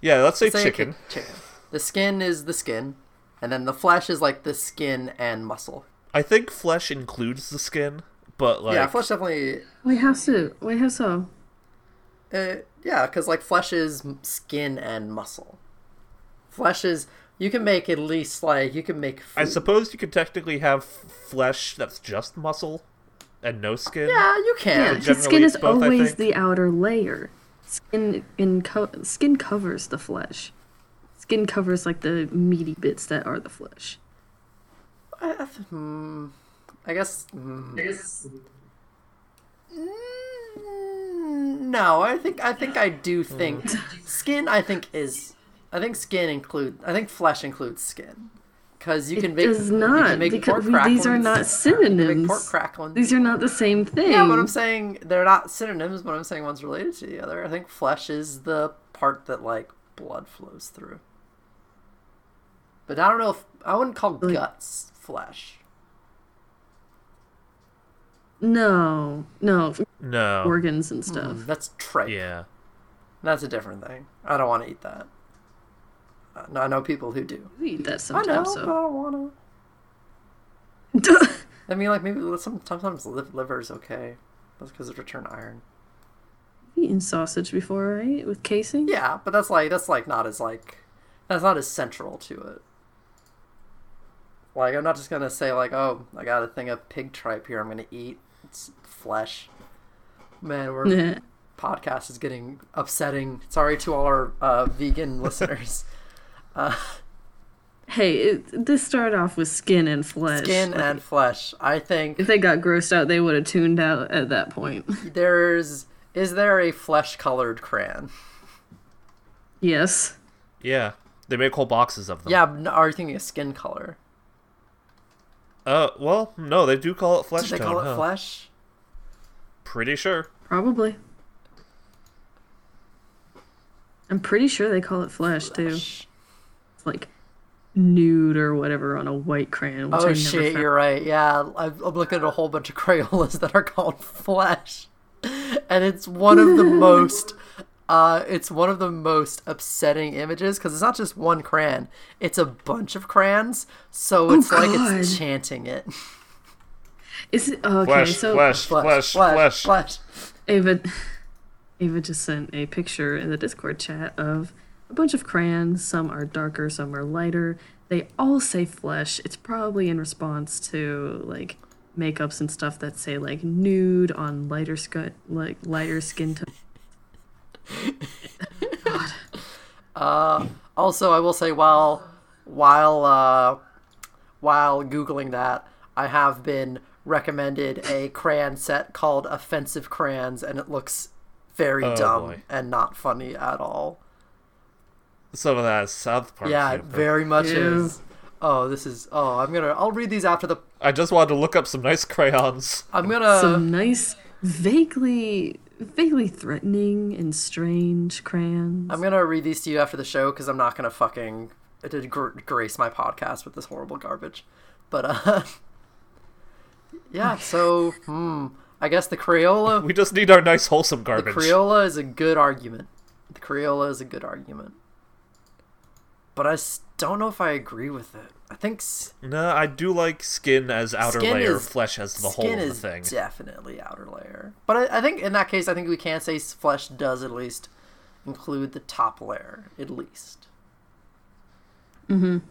[SPEAKER 4] yeah. Let's say,
[SPEAKER 2] Say a
[SPEAKER 4] chicken.
[SPEAKER 2] ki- chicken. The skin is the skin, and then the flesh is like the skin and muscle.
[SPEAKER 4] I think flesh includes the skin, but like
[SPEAKER 2] yeah, flesh definitely.
[SPEAKER 3] Wait, how so? Wait, how so?
[SPEAKER 2] Uh, yeah, because like flesh is m- skin and muscle. Flesh is you can make at least like you can make. Food.
[SPEAKER 4] I suppose you could technically have flesh that's just muscle and no skin.
[SPEAKER 2] Yeah, you
[SPEAKER 3] Yeah,
[SPEAKER 2] can.
[SPEAKER 3] the skin
[SPEAKER 4] generally
[SPEAKER 3] is
[SPEAKER 4] it's both, I
[SPEAKER 3] always
[SPEAKER 4] think.
[SPEAKER 3] the outer layer. Skin in co- skin covers the flesh. Skin covers like the meaty bits that are the flesh.
[SPEAKER 2] I, I, th- hmm, I guess. hmm. Mm, No, I think I think I do
[SPEAKER 3] Hmm.
[SPEAKER 2] think skin. I think is I think skin include. I think flesh includes skin because you can make
[SPEAKER 3] does
[SPEAKER 2] you can
[SPEAKER 3] not,
[SPEAKER 2] make
[SPEAKER 3] because
[SPEAKER 2] pork
[SPEAKER 3] we- these are
[SPEAKER 2] cracklings.
[SPEAKER 3] not
[SPEAKER 2] You can
[SPEAKER 3] synonyms.
[SPEAKER 2] make pork cracklings.
[SPEAKER 3] These are not the same thing.
[SPEAKER 2] Yeah, but I'm saying they're not synonyms, but I'm saying one's related to the other. I think flesh is the part that like blood flows through. But I don't know if I wouldn't call
[SPEAKER 3] Like-
[SPEAKER 2] guts flesh.
[SPEAKER 3] No, no,
[SPEAKER 2] Oh.
[SPEAKER 4] No.
[SPEAKER 3] organs and stuff.
[SPEAKER 2] That's tripe.
[SPEAKER 4] Yeah.
[SPEAKER 2] That's a different thing. I don't want to eat that. Uh, no, I know people who do.
[SPEAKER 3] We eat that
[SPEAKER 2] I know,
[SPEAKER 3] sometimes.
[SPEAKER 2] but I don't want to.
[SPEAKER 3] So.
[SPEAKER 2] I mean, like maybe some, sometimes liv- liver is okay. That's because of return iron.
[SPEAKER 3] You've eaten sausage before, right? With casing?
[SPEAKER 2] Yeah, but that's like that's like not as like that's not as central to it. Like I'm not just gonna say like, oh, I got a thing of pig tripe here. I'm gonna eat it's flesh. Man, we're
[SPEAKER 3] Yeah.
[SPEAKER 2] podcast is getting upsetting. Sorry to all our uh, vegan listeners.
[SPEAKER 3] Hey, it, this started off with skin and flesh.
[SPEAKER 2] Skin and flesh. I think
[SPEAKER 3] If they got grossed out, they would have tuned out at that point.
[SPEAKER 2] there's is there a flesh colored crayon?
[SPEAKER 3] yes.
[SPEAKER 4] Yeah. They make whole boxes of them.
[SPEAKER 2] Yeah, but no, are you thinking of skin color?
[SPEAKER 4] Uh, well, no, they do call it flesh
[SPEAKER 2] Did they
[SPEAKER 4] tone.
[SPEAKER 2] call it
[SPEAKER 4] huh?
[SPEAKER 2] flesh?
[SPEAKER 4] Pretty sure.
[SPEAKER 3] Probably. I'm pretty sure they call it flesh, too.
[SPEAKER 2] Flesh.
[SPEAKER 3] It's like nude or whatever on a white crayon. Which I
[SPEAKER 2] Oh
[SPEAKER 3] never
[SPEAKER 2] shit,
[SPEAKER 3] found.
[SPEAKER 2] you're right. Yeah, I've, I'm looking at a whole bunch of Crayolas that are called Flesh, and it's one of the most, uh, it's one of the most upsetting images because it's not just one crayon; it's a bunch of crayons. So it's like it's
[SPEAKER 3] God.
[SPEAKER 2] chanting it.
[SPEAKER 3] Is it okay?
[SPEAKER 4] Flesh,
[SPEAKER 3] so
[SPEAKER 4] flesh, flesh, flesh,
[SPEAKER 2] flesh.
[SPEAKER 3] Ava, Ava just sent a picture in the Discord chat of a bunch of crayons. Some are darker, some are lighter. They all say flesh. It's probably in response to like makeups and stuff that say like nude on lighter skin, like lighter skin tone.
[SPEAKER 2] Also, I will say while while uh, while googling that, I have been recommended a crayon set called Offensive Crayons, and it looks very
[SPEAKER 4] Oh,
[SPEAKER 2] dumb
[SPEAKER 4] boy.
[SPEAKER 2] and not funny at all.
[SPEAKER 4] Some of that is South Park.
[SPEAKER 2] yeah, it
[SPEAKER 4] humor.
[SPEAKER 2] very much
[SPEAKER 3] Ew.
[SPEAKER 2] is. Oh, this is. Oh, I'm gonna. I'll read these after the.
[SPEAKER 4] I just wanted to look up some nice crayons.
[SPEAKER 2] I'm gonna.
[SPEAKER 3] Some nice, vaguely, vaguely threatening and strange crayons.
[SPEAKER 2] I'm gonna read these to you after the show because I'm not gonna fucking it did gr- grace my podcast with this horrible garbage. But uh, yeah. So hmm, I guess the Crayola,
[SPEAKER 4] We just need our nice wholesome
[SPEAKER 2] the
[SPEAKER 4] garbage.
[SPEAKER 2] Crayola is a good argument. The Crayola is a good argument. But I s- don't know if I agree with it. I think s-
[SPEAKER 4] no, I do like skin as outer
[SPEAKER 2] Skin
[SPEAKER 4] layer,
[SPEAKER 2] is-
[SPEAKER 4] flesh as the whole
[SPEAKER 2] skin
[SPEAKER 4] of the
[SPEAKER 2] is
[SPEAKER 4] thing.
[SPEAKER 2] definitely outer layer. But I, I think in that case, I think we can say s- flesh does at least include the top layer, at least.
[SPEAKER 3] the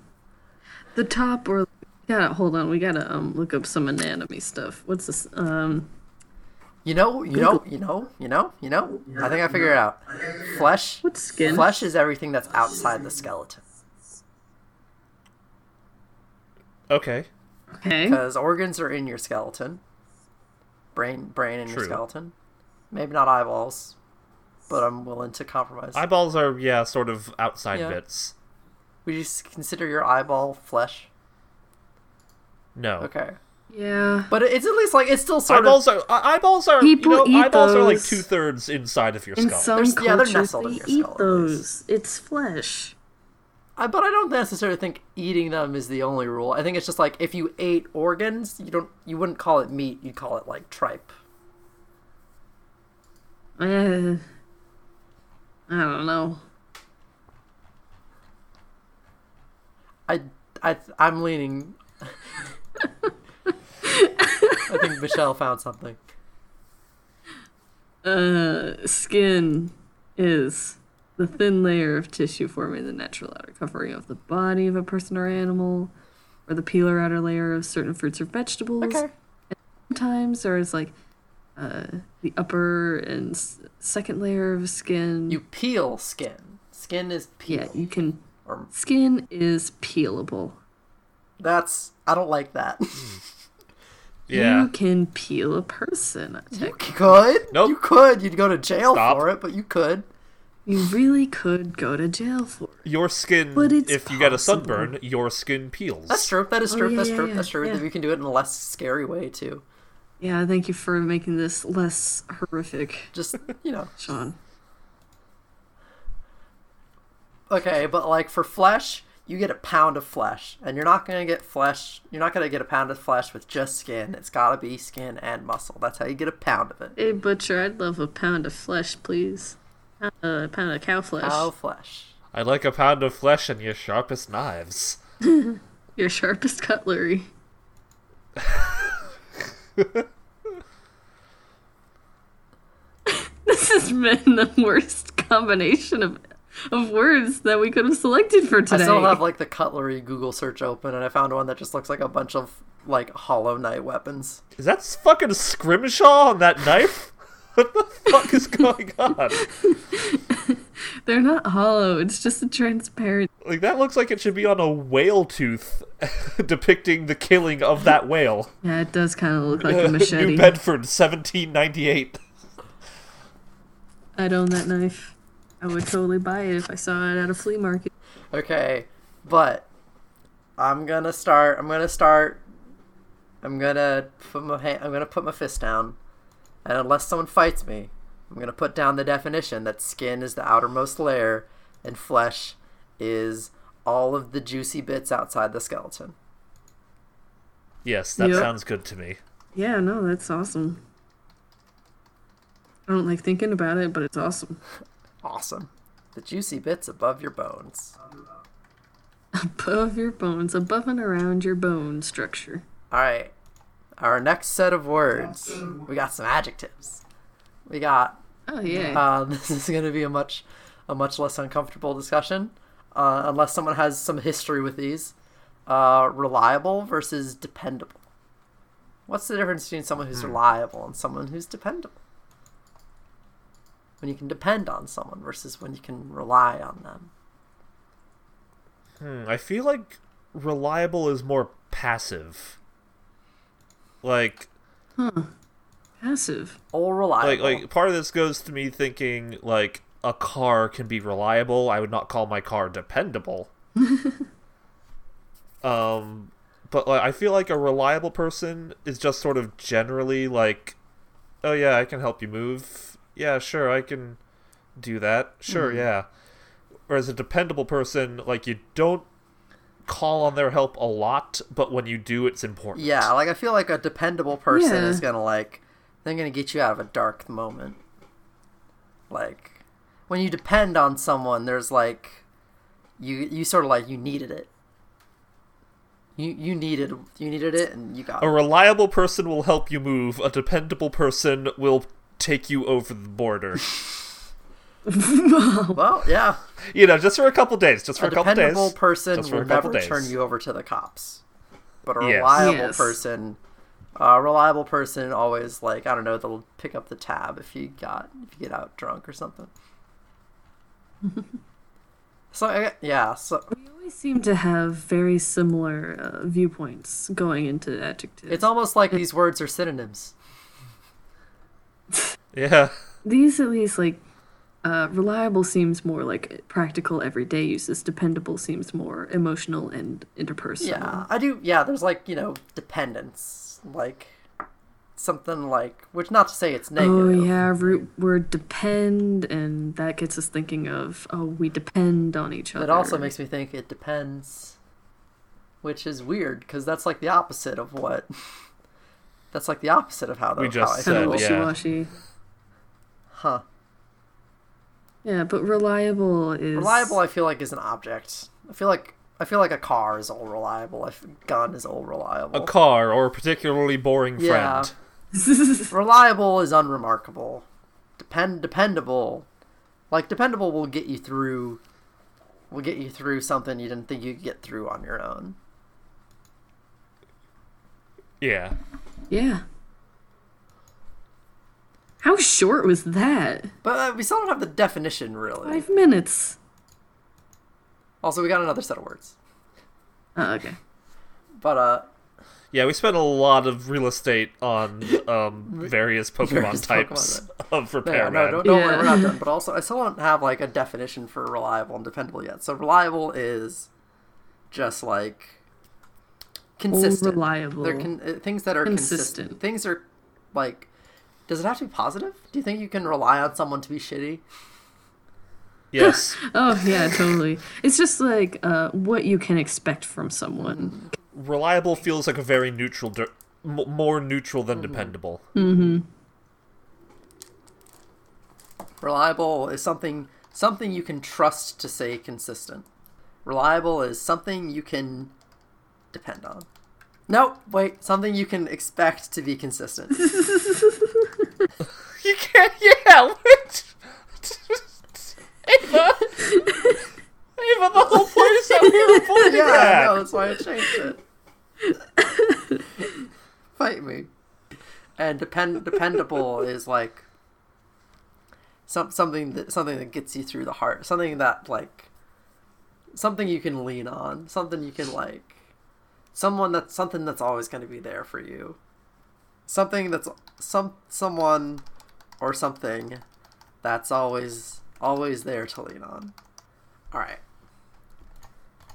[SPEAKER 3] top or gotta hold on. We gotta um look up some anatomy stuff. What's this? Um,
[SPEAKER 2] You know, you know, you know, you know, you know. I think I figured it out. Flesh.
[SPEAKER 3] What's skin?
[SPEAKER 2] Flesh is everything that's outside the skeleton.
[SPEAKER 4] Okay.
[SPEAKER 3] okay.
[SPEAKER 2] Because organs are in your skeleton. Brain, brain in your
[SPEAKER 4] True.
[SPEAKER 2] skeleton. Maybe not eyeballs, but I'm willing to compromise.
[SPEAKER 4] Eyeballs are, yeah, sort of outside
[SPEAKER 2] Yeah.
[SPEAKER 4] bits.
[SPEAKER 2] Would you s- consider your eyeball flesh?
[SPEAKER 4] No.
[SPEAKER 2] Okay,
[SPEAKER 3] Yeah.
[SPEAKER 2] but it's at least like it's still sort
[SPEAKER 4] Eyeballs are, eye- eyeballs are,
[SPEAKER 3] People
[SPEAKER 4] you know,
[SPEAKER 3] eat
[SPEAKER 4] eyeballs are like
[SPEAKER 3] those.
[SPEAKER 4] two thirds inside of your
[SPEAKER 3] In
[SPEAKER 4] skull.
[SPEAKER 3] some
[SPEAKER 2] There's- yeah, they're
[SPEAKER 3] cultures,
[SPEAKER 2] nestled in
[SPEAKER 3] they
[SPEAKER 2] your
[SPEAKER 3] eat
[SPEAKER 2] skull,
[SPEAKER 3] those. It's flesh.
[SPEAKER 2] of. I, but I don't necessarily think eating them is the only rule. I think it's just like if you ate organs, you don't, you wouldn't call it meat. You'd call it like tripe.
[SPEAKER 3] Eh, I don't know.
[SPEAKER 2] I, I, I'm leaning. I think Michelle found something.
[SPEAKER 3] Uh, skin is the thin layer of tissue forming the natural outer covering of the body of a person or animal, or the peeler outer layer of certain fruits or vegetables. Sometimes there is like uh, the upper and s- second layer of skin.
[SPEAKER 2] You peel skin. Skin is
[SPEAKER 3] yeah,
[SPEAKER 2] peel.
[SPEAKER 3] you can.
[SPEAKER 2] Or
[SPEAKER 3] Skin is peelable.
[SPEAKER 2] that's I don't like that.
[SPEAKER 4] Yeah.
[SPEAKER 3] You can peel a person.
[SPEAKER 2] You could.
[SPEAKER 4] Nope.
[SPEAKER 2] You could. You'd go to jail
[SPEAKER 4] Stop.
[SPEAKER 2] for it, but you could.
[SPEAKER 3] You really could go to jail for it.
[SPEAKER 4] Your skin,
[SPEAKER 3] But
[SPEAKER 4] if
[SPEAKER 3] it's
[SPEAKER 4] you get a
[SPEAKER 3] possible.
[SPEAKER 4] sunburn, your skin peels.
[SPEAKER 2] That's true. That is
[SPEAKER 3] Oh,
[SPEAKER 2] true.
[SPEAKER 3] yeah,
[SPEAKER 2] That's
[SPEAKER 3] yeah,
[SPEAKER 2] true.
[SPEAKER 3] yeah,
[SPEAKER 2] That's true.
[SPEAKER 3] yeah.
[SPEAKER 2] We can do it in a less scary way too.
[SPEAKER 3] Yeah, thank you for making this less horrific,
[SPEAKER 2] Just you know.
[SPEAKER 3] Sean.
[SPEAKER 2] Okay, but like for flesh, you get a pound of flesh, and you're not gonna get flesh. You're not gonna get a pound of flesh with just skin. It's gotta be skin and muscle. That's how you get a pound of it.
[SPEAKER 3] Hey, butcher, I'd love a pound of flesh, please. A pound of cow flesh.
[SPEAKER 2] Cow flesh.
[SPEAKER 4] I like a pound of flesh and your sharpest knives.
[SPEAKER 3] Your sharpest cutlery. this has been the worst combination of of words that we could have selected for today.
[SPEAKER 2] I still have like the cutlery Google search open, and I found one that just looks like a bunch of like Hollow Knight weapons.
[SPEAKER 4] Is that fucking scrimshaw on that knife? what the fuck is going on?
[SPEAKER 3] They're not hollow. It's just a transparent.
[SPEAKER 4] Like that looks like it should be on a whale tooth, depicting the killing of that whale.
[SPEAKER 3] Yeah, it does kind of look like a
[SPEAKER 4] New
[SPEAKER 3] machete.
[SPEAKER 4] Bedford, 1798.
[SPEAKER 3] I'd own that knife. I would totally buy it if I saw it at a flea market.
[SPEAKER 2] Okay, but I'm gonna start. I'm gonna start. I'm gonna put my hand, I'm gonna put my fist down, and unless someone fights me, I'm gonna put down the definition that skin is the outermost layer, and flesh is all of the juicy bits outside the skeleton.
[SPEAKER 4] Yes, that
[SPEAKER 3] Yep.
[SPEAKER 4] sounds good to me.
[SPEAKER 3] Yeah, no, that's awesome. I don't like thinking about it, but it's awesome.
[SPEAKER 2] Awesome. The juicy bits above your bones.
[SPEAKER 3] above your bones, above and around your bone structure.
[SPEAKER 2] All right. Our next set of words. We got some adjectives. We got
[SPEAKER 3] Oh yeah.
[SPEAKER 2] Uh, this is going to be a much, a much less uncomfortable discussion, uh, unless someone has some history with these. Uh, reliable versus dependable. What's the difference between someone
[SPEAKER 4] Hmm.
[SPEAKER 2] who's reliable and someone who's dependable? When you can depend on someone versus when you can rely on them.
[SPEAKER 4] Hmm, I feel like reliable is more passive. Like,
[SPEAKER 3] Passive.
[SPEAKER 2] All reliable.
[SPEAKER 4] like, like part of this goes to me thinking like a car can be reliable. I would not call my car dependable. um, but like, I feel like a reliable person is just sort of generally like, oh yeah, I can help you move. Yeah, sure, I can do that. Sure,
[SPEAKER 2] Mm-hmm.
[SPEAKER 4] yeah. Whereas a dependable person, like you don't call on their help a lot, but when you do, it's important.
[SPEAKER 2] yeah, like I feel like a dependable person
[SPEAKER 3] Yeah.
[SPEAKER 2] is gonna like they're gonna get you out of a dark moment. Like when you depend on someone, there's like you you sort of like you needed it. You you needed you needed it and you got
[SPEAKER 4] A
[SPEAKER 2] it.
[SPEAKER 4] reliable person will help you move. A dependable person will take you over the border.
[SPEAKER 2] well yeah.
[SPEAKER 4] you know, just for a couple days, just for
[SPEAKER 2] A
[SPEAKER 4] a, couple days.
[SPEAKER 2] dependable person
[SPEAKER 4] Just for a
[SPEAKER 2] will never
[SPEAKER 4] couple days.
[SPEAKER 2] turn you over to the cops, but a
[SPEAKER 4] Yes.
[SPEAKER 2] reliable
[SPEAKER 3] Yes.
[SPEAKER 2] person, a reliable person always like I don't know they'll pick up the tab if you got if you get out drunk or something. so I- yeah, so
[SPEAKER 3] We always seem to have very similar uh, viewpoints going into adjectives.
[SPEAKER 2] it's almost like these words are synonyms.
[SPEAKER 4] Yeah.
[SPEAKER 3] These at least like uh, reliable seems more like practical everyday uses. Dependable seems more emotional and interpersonal.
[SPEAKER 2] Yeah, I do. Yeah, there's like you know dependence, like something like which not to say it's negative.
[SPEAKER 3] Oh yeah, root word depend, and that gets us thinking of oh we depend on each other.
[SPEAKER 2] It also makes me think it depends, which is weird because that's like the opposite of what. That's like the opposite of how the,
[SPEAKER 4] We just
[SPEAKER 2] how I
[SPEAKER 3] kind of
[SPEAKER 4] said,
[SPEAKER 2] feel.
[SPEAKER 4] yeah.
[SPEAKER 3] wishy washy.
[SPEAKER 2] Huh.
[SPEAKER 3] Yeah, but reliable is
[SPEAKER 2] Reliable, I feel like, is an object. I feel like I feel like a car is all reliable. A f- gun is all reliable.
[SPEAKER 4] A car or a particularly boring
[SPEAKER 2] Yeah.
[SPEAKER 4] friend.
[SPEAKER 2] reliable is unremarkable. Depend dependable, like dependable will get you through. Will get you through something you didn't think you could get through on your own.
[SPEAKER 4] Yeah.
[SPEAKER 3] Yeah. How short was that?
[SPEAKER 2] But uh, we still don't have the definition really.
[SPEAKER 3] Five minutes.
[SPEAKER 2] Also, we got another set of words.
[SPEAKER 3] Oh, okay.
[SPEAKER 2] But uh,
[SPEAKER 4] Yeah, we spent a lot of real estate on um, various Pokemon
[SPEAKER 2] Various Pokemon,
[SPEAKER 4] types of
[SPEAKER 2] Yeah,
[SPEAKER 4] repairman.
[SPEAKER 2] no, don't, don't worry,
[SPEAKER 3] Yeah.
[SPEAKER 2] we're not done. But also, I still don't have like a definition for reliable and dependable yet. So reliable is just like consistent.
[SPEAKER 3] reliable.
[SPEAKER 2] They're con- uh, things that are consistent.
[SPEAKER 3] Consistent.
[SPEAKER 2] Things are like. Does it have to be positive? Do you think you can rely on someone to be shitty?
[SPEAKER 4] Yes.
[SPEAKER 3] Oh yeah, totally. It's just like uh, what you can expect from someone.
[SPEAKER 4] reliable feels like a very neutral dir- m- more neutral than
[SPEAKER 2] Mm-hmm.
[SPEAKER 4] dependable
[SPEAKER 2] Reliable is something something you can trust to say consistent. Reliable is something you can depend on. No, wait, something you can expect to be consistent.
[SPEAKER 4] you can't yeah which Ava, Ava, the whole point is that we were pointing
[SPEAKER 2] yeah, I
[SPEAKER 4] at.
[SPEAKER 2] know, that's why I changed it. Fight me. And depend dependable is like some something that something that gets you through the heart. Something that like something you can lean on. Something you can like someone that's something that's always gonna be there for you. Something that's some someone or something that's always always there to lean on. Alright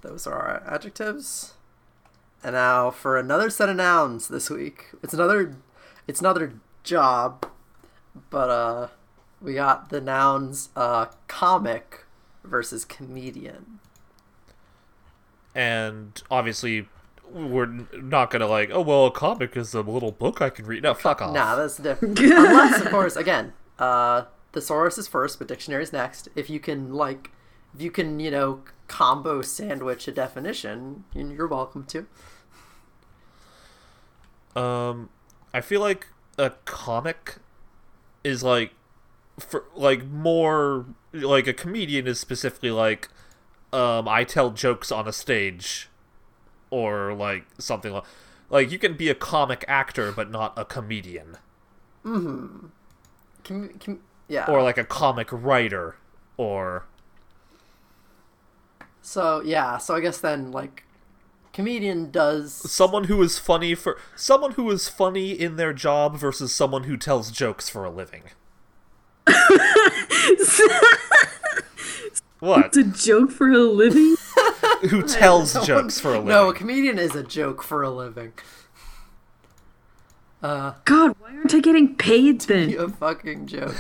[SPEAKER 2] those are our adjectives. And now for another set of nouns this week. It's another it's another job, but uh we got the nouns uh comic versus comedian.
[SPEAKER 4] and obviously we're n- not gonna like oh well a comic is a little book i can read no fuck off
[SPEAKER 2] Nah, that's different. Unless of course again, uh thesaurus is first, but dictionary is next. If you can like if you can, you know, combo sandwich a definition, you're welcome to.
[SPEAKER 4] Um, I feel like a comic is like for like more like a comedian is specifically like um I tell jokes on a stage or like something like like you can be a comic actor but not a comedian
[SPEAKER 2] Com- com- yeah.
[SPEAKER 4] or like a comic writer or
[SPEAKER 2] so yeah, so I guess then like comedian does
[SPEAKER 4] someone who is funny for someone who is funny in their job versus someone who tells jokes for a living. What?
[SPEAKER 3] It's a joke for a living.
[SPEAKER 4] who tells jokes for a living.
[SPEAKER 2] No, a comedian is a joke for a living.
[SPEAKER 3] God, why aren't I getting paid then?
[SPEAKER 2] A fucking joke.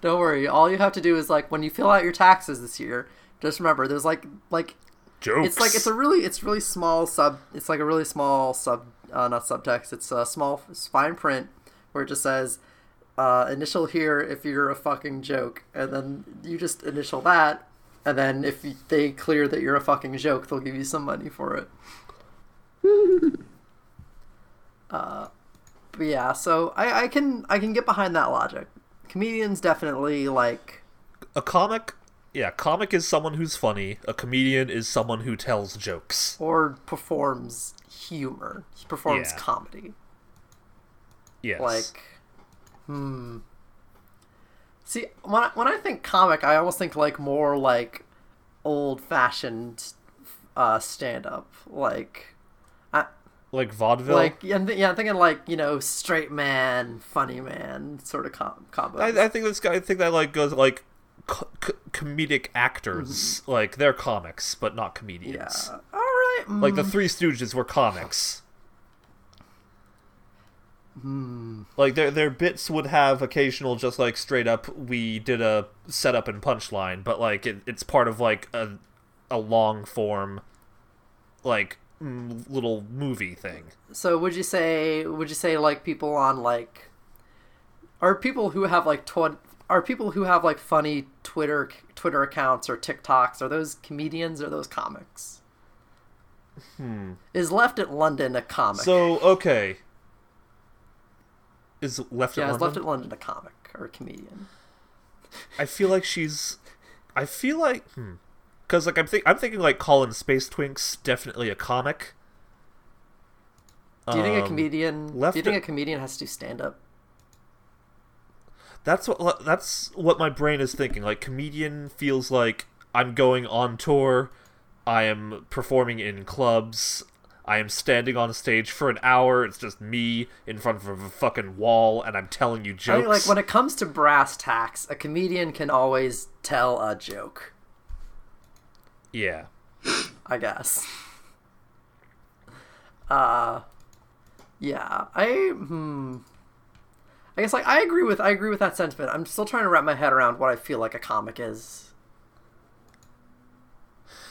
[SPEAKER 2] Don't worry. All you have to do is like when you fill out your taxes this year, just remember there's like like
[SPEAKER 4] jokes.
[SPEAKER 2] it's like it's a really it's really small sub it's like a really small sub uh, not subtext it's a small s- fine print where it just says uh, initial here if you're a fucking joke and then you just initial that and then if you, they clear that you're a fucking joke they'll give you some money for it Uh, But yeah, so I, I can I can get behind that logic. Comedians definitely like
[SPEAKER 4] a comic yeah comic is someone who's funny a comedian is someone who tells jokes
[SPEAKER 2] or performs humor, performs
[SPEAKER 4] Yeah.
[SPEAKER 2] comedy.
[SPEAKER 4] yes
[SPEAKER 2] Like, hmm. See, when I, when I think comic, I almost think like more like old fashioned uh, stand up, like I,
[SPEAKER 4] like vaudeville
[SPEAKER 2] like yeah, I'm thi- yeah, I'm thinking like you know straight man, funny man sort of com- combo.
[SPEAKER 4] I, I think this guy i think that like goes like co- co- comedic actors like they're comics but not
[SPEAKER 2] Mm-hmm. yeah.
[SPEAKER 4] comedians
[SPEAKER 2] All right. mm.
[SPEAKER 4] like the three stooges were comics like their their bits would have occasional just like straight up we did a setup and punchline but like it, it's part of like a a long form like m- little movie thing
[SPEAKER 2] So would you say would you say like people on like are people who have like tw- are people who have like funny Twitter Twitter accounts or TikToks are those comedians or those comics? Hmm. Is Left at London a comic?
[SPEAKER 4] so okay is left
[SPEAKER 2] yeah,
[SPEAKER 4] at
[SPEAKER 2] is Left
[SPEAKER 4] London?
[SPEAKER 2] at London a comic or a comedian?
[SPEAKER 4] i feel like she's i feel like hmm because like i'm think i'm thinking like colin space twinks definitely a comic
[SPEAKER 2] Do you think a
[SPEAKER 4] Um,
[SPEAKER 2] comedian?
[SPEAKER 4] Left
[SPEAKER 2] do you think
[SPEAKER 4] at-
[SPEAKER 2] a comedian has to do stand up?
[SPEAKER 4] That's what that's what my brain is thinking. Like comedian feels like I'm going on tour, I am performing in clubs, I am standing on a stage for an hour. It's just me in front of a fucking wall, and I'm telling you
[SPEAKER 2] I
[SPEAKER 4] jokes.
[SPEAKER 2] think, like when it comes to brass tacks, a comedian can always tell a joke.
[SPEAKER 4] yeah,
[SPEAKER 2] I guess. Uh yeah. I hmm I guess like I agree with I agree with that sentiment. I'm still trying to wrap my head around what I feel like a comic is.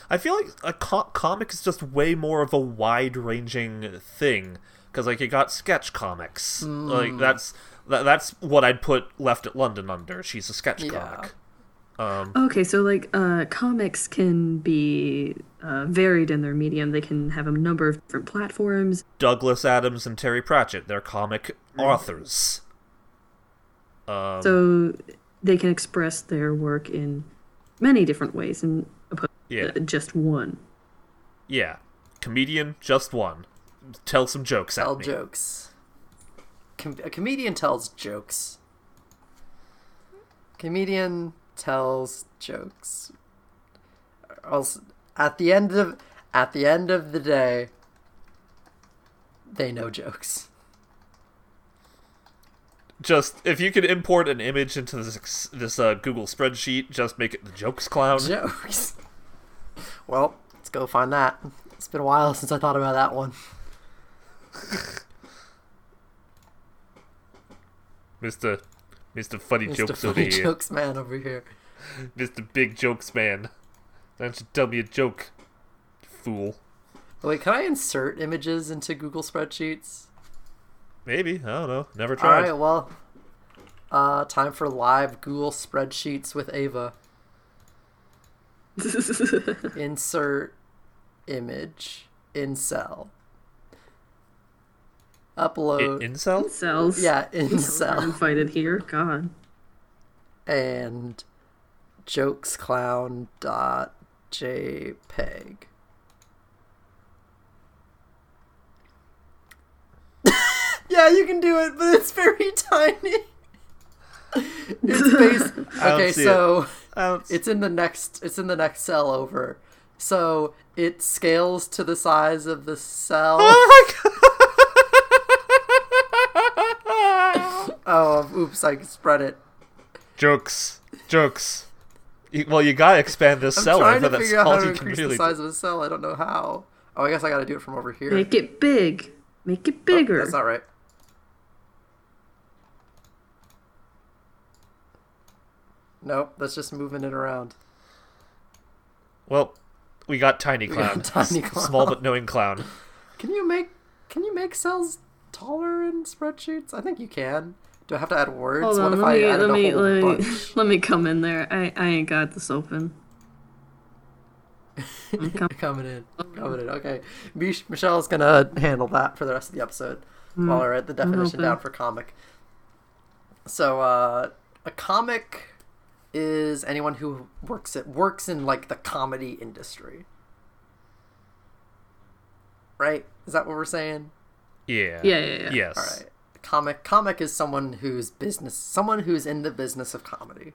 [SPEAKER 4] I feel like a co- comic is just way more of a wide-ranging thing because, like, you got sketch comics.
[SPEAKER 2] Hmm.
[SPEAKER 4] Like that's that, that's what I'd put Left at London under. She's a sketch
[SPEAKER 2] Yeah.
[SPEAKER 4] comic.
[SPEAKER 3] Okay, so like uh, comics can be uh, varied in their medium. They can have a number of different platforms.
[SPEAKER 4] Douglas Adams and Terry Pratchett, they're comic
[SPEAKER 2] Hmm.
[SPEAKER 4] authors.
[SPEAKER 3] so they can express their work in many different ways and opposed
[SPEAKER 4] Yeah,
[SPEAKER 2] Uh,
[SPEAKER 3] to just one.
[SPEAKER 4] yeah. Comedian, just one. Tell some jokes
[SPEAKER 2] Tell
[SPEAKER 4] at me.
[SPEAKER 2] jokes. Com- a comedian tells jokes. Comedian tells jokes. Also, at the end of at the end of the day, they know jokes.
[SPEAKER 4] Just if you could import an image into this this uh, Google spreadsheet, just make it the jokes clown.
[SPEAKER 2] jokes. Well, let's go find that. It's been a while since I thought about that one.
[SPEAKER 4] Mister Mister Funny
[SPEAKER 2] Mr.
[SPEAKER 4] Jokes
[SPEAKER 2] Funny
[SPEAKER 4] over here.
[SPEAKER 2] Jokes Man over here.
[SPEAKER 4] Mr. Big Jokes Man. Why don't you tell me a joke, fool?
[SPEAKER 2] Wait, can I insert images into Google spreadsheets?
[SPEAKER 4] Maybe I don't know. Never
[SPEAKER 2] All
[SPEAKER 4] tried.
[SPEAKER 2] right, well, uh, time for live Google spreadsheets with Ava. Insert image in cell.
[SPEAKER 4] I-
[SPEAKER 2] Upload.
[SPEAKER 4] incel?
[SPEAKER 3] Cells.
[SPEAKER 2] yeah, in
[SPEAKER 3] Are
[SPEAKER 2] cell.
[SPEAKER 3] invited here. God.
[SPEAKER 2] and jokesclown.jpg. yeah, you can do it, but it's very tiny. it's base.
[SPEAKER 4] don't
[SPEAKER 2] Okay,
[SPEAKER 4] see
[SPEAKER 2] so
[SPEAKER 4] I don't s-
[SPEAKER 2] it's in the next. It's in the next cell over. So it scales to the size of the cell
[SPEAKER 4] Oh my God.
[SPEAKER 2] of. Oops, I spread it.
[SPEAKER 4] jokes, jokes. You- Well, you gotta expand this
[SPEAKER 2] I'm
[SPEAKER 4] cell. I
[SPEAKER 2] trying
[SPEAKER 4] thought
[SPEAKER 2] to
[SPEAKER 4] that's
[SPEAKER 2] figure out
[SPEAKER 4] all
[SPEAKER 2] how to
[SPEAKER 4] you can
[SPEAKER 2] increase
[SPEAKER 4] really
[SPEAKER 2] the size of a cell. I don't know how. Oh, I guess I got to do it from over here.
[SPEAKER 3] Make it big. Make it bigger.
[SPEAKER 2] Oh, That's not right. Nope, that's just moving it around.
[SPEAKER 4] Well, we got tiny
[SPEAKER 2] got
[SPEAKER 4] clown,
[SPEAKER 2] Tiny
[SPEAKER 4] S-
[SPEAKER 2] Clown.
[SPEAKER 4] small but knowing clown.
[SPEAKER 2] Can you make can you make cells taller in spreadsheets? I think you can. Do I have to add words?
[SPEAKER 3] Hold
[SPEAKER 2] what
[SPEAKER 3] on.
[SPEAKER 2] if
[SPEAKER 3] Let
[SPEAKER 2] I
[SPEAKER 3] me,
[SPEAKER 2] added
[SPEAKER 3] let
[SPEAKER 2] a
[SPEAKER 3] me,
[SPEAKER 2] whole
[SPEAKER 3] let me,
[SPEAKER 2] bunch?
[SPEAKER 3] let me come in there. I, I ain't got this open. I'm com-
[SPEAKER 2] Coming in, coming in. Okay, Mich- Michelle's gonna handle that for the rest of the episode while I write the definition
[SPEAKER 3] hoping.
[SPEAKER 2] down for comic. So, uh, a comic is anyone who works at works in like the comedy industry, right? Is that what we're saying?
[SPEAKER 4] Yeah.
[SPEAKER 3] Yeah, yeah, yeah.
[SPEAKER 4] Yes.
[SPEAKER 2] All right. Comic comic is someone who's business someone who's in the business of comedy.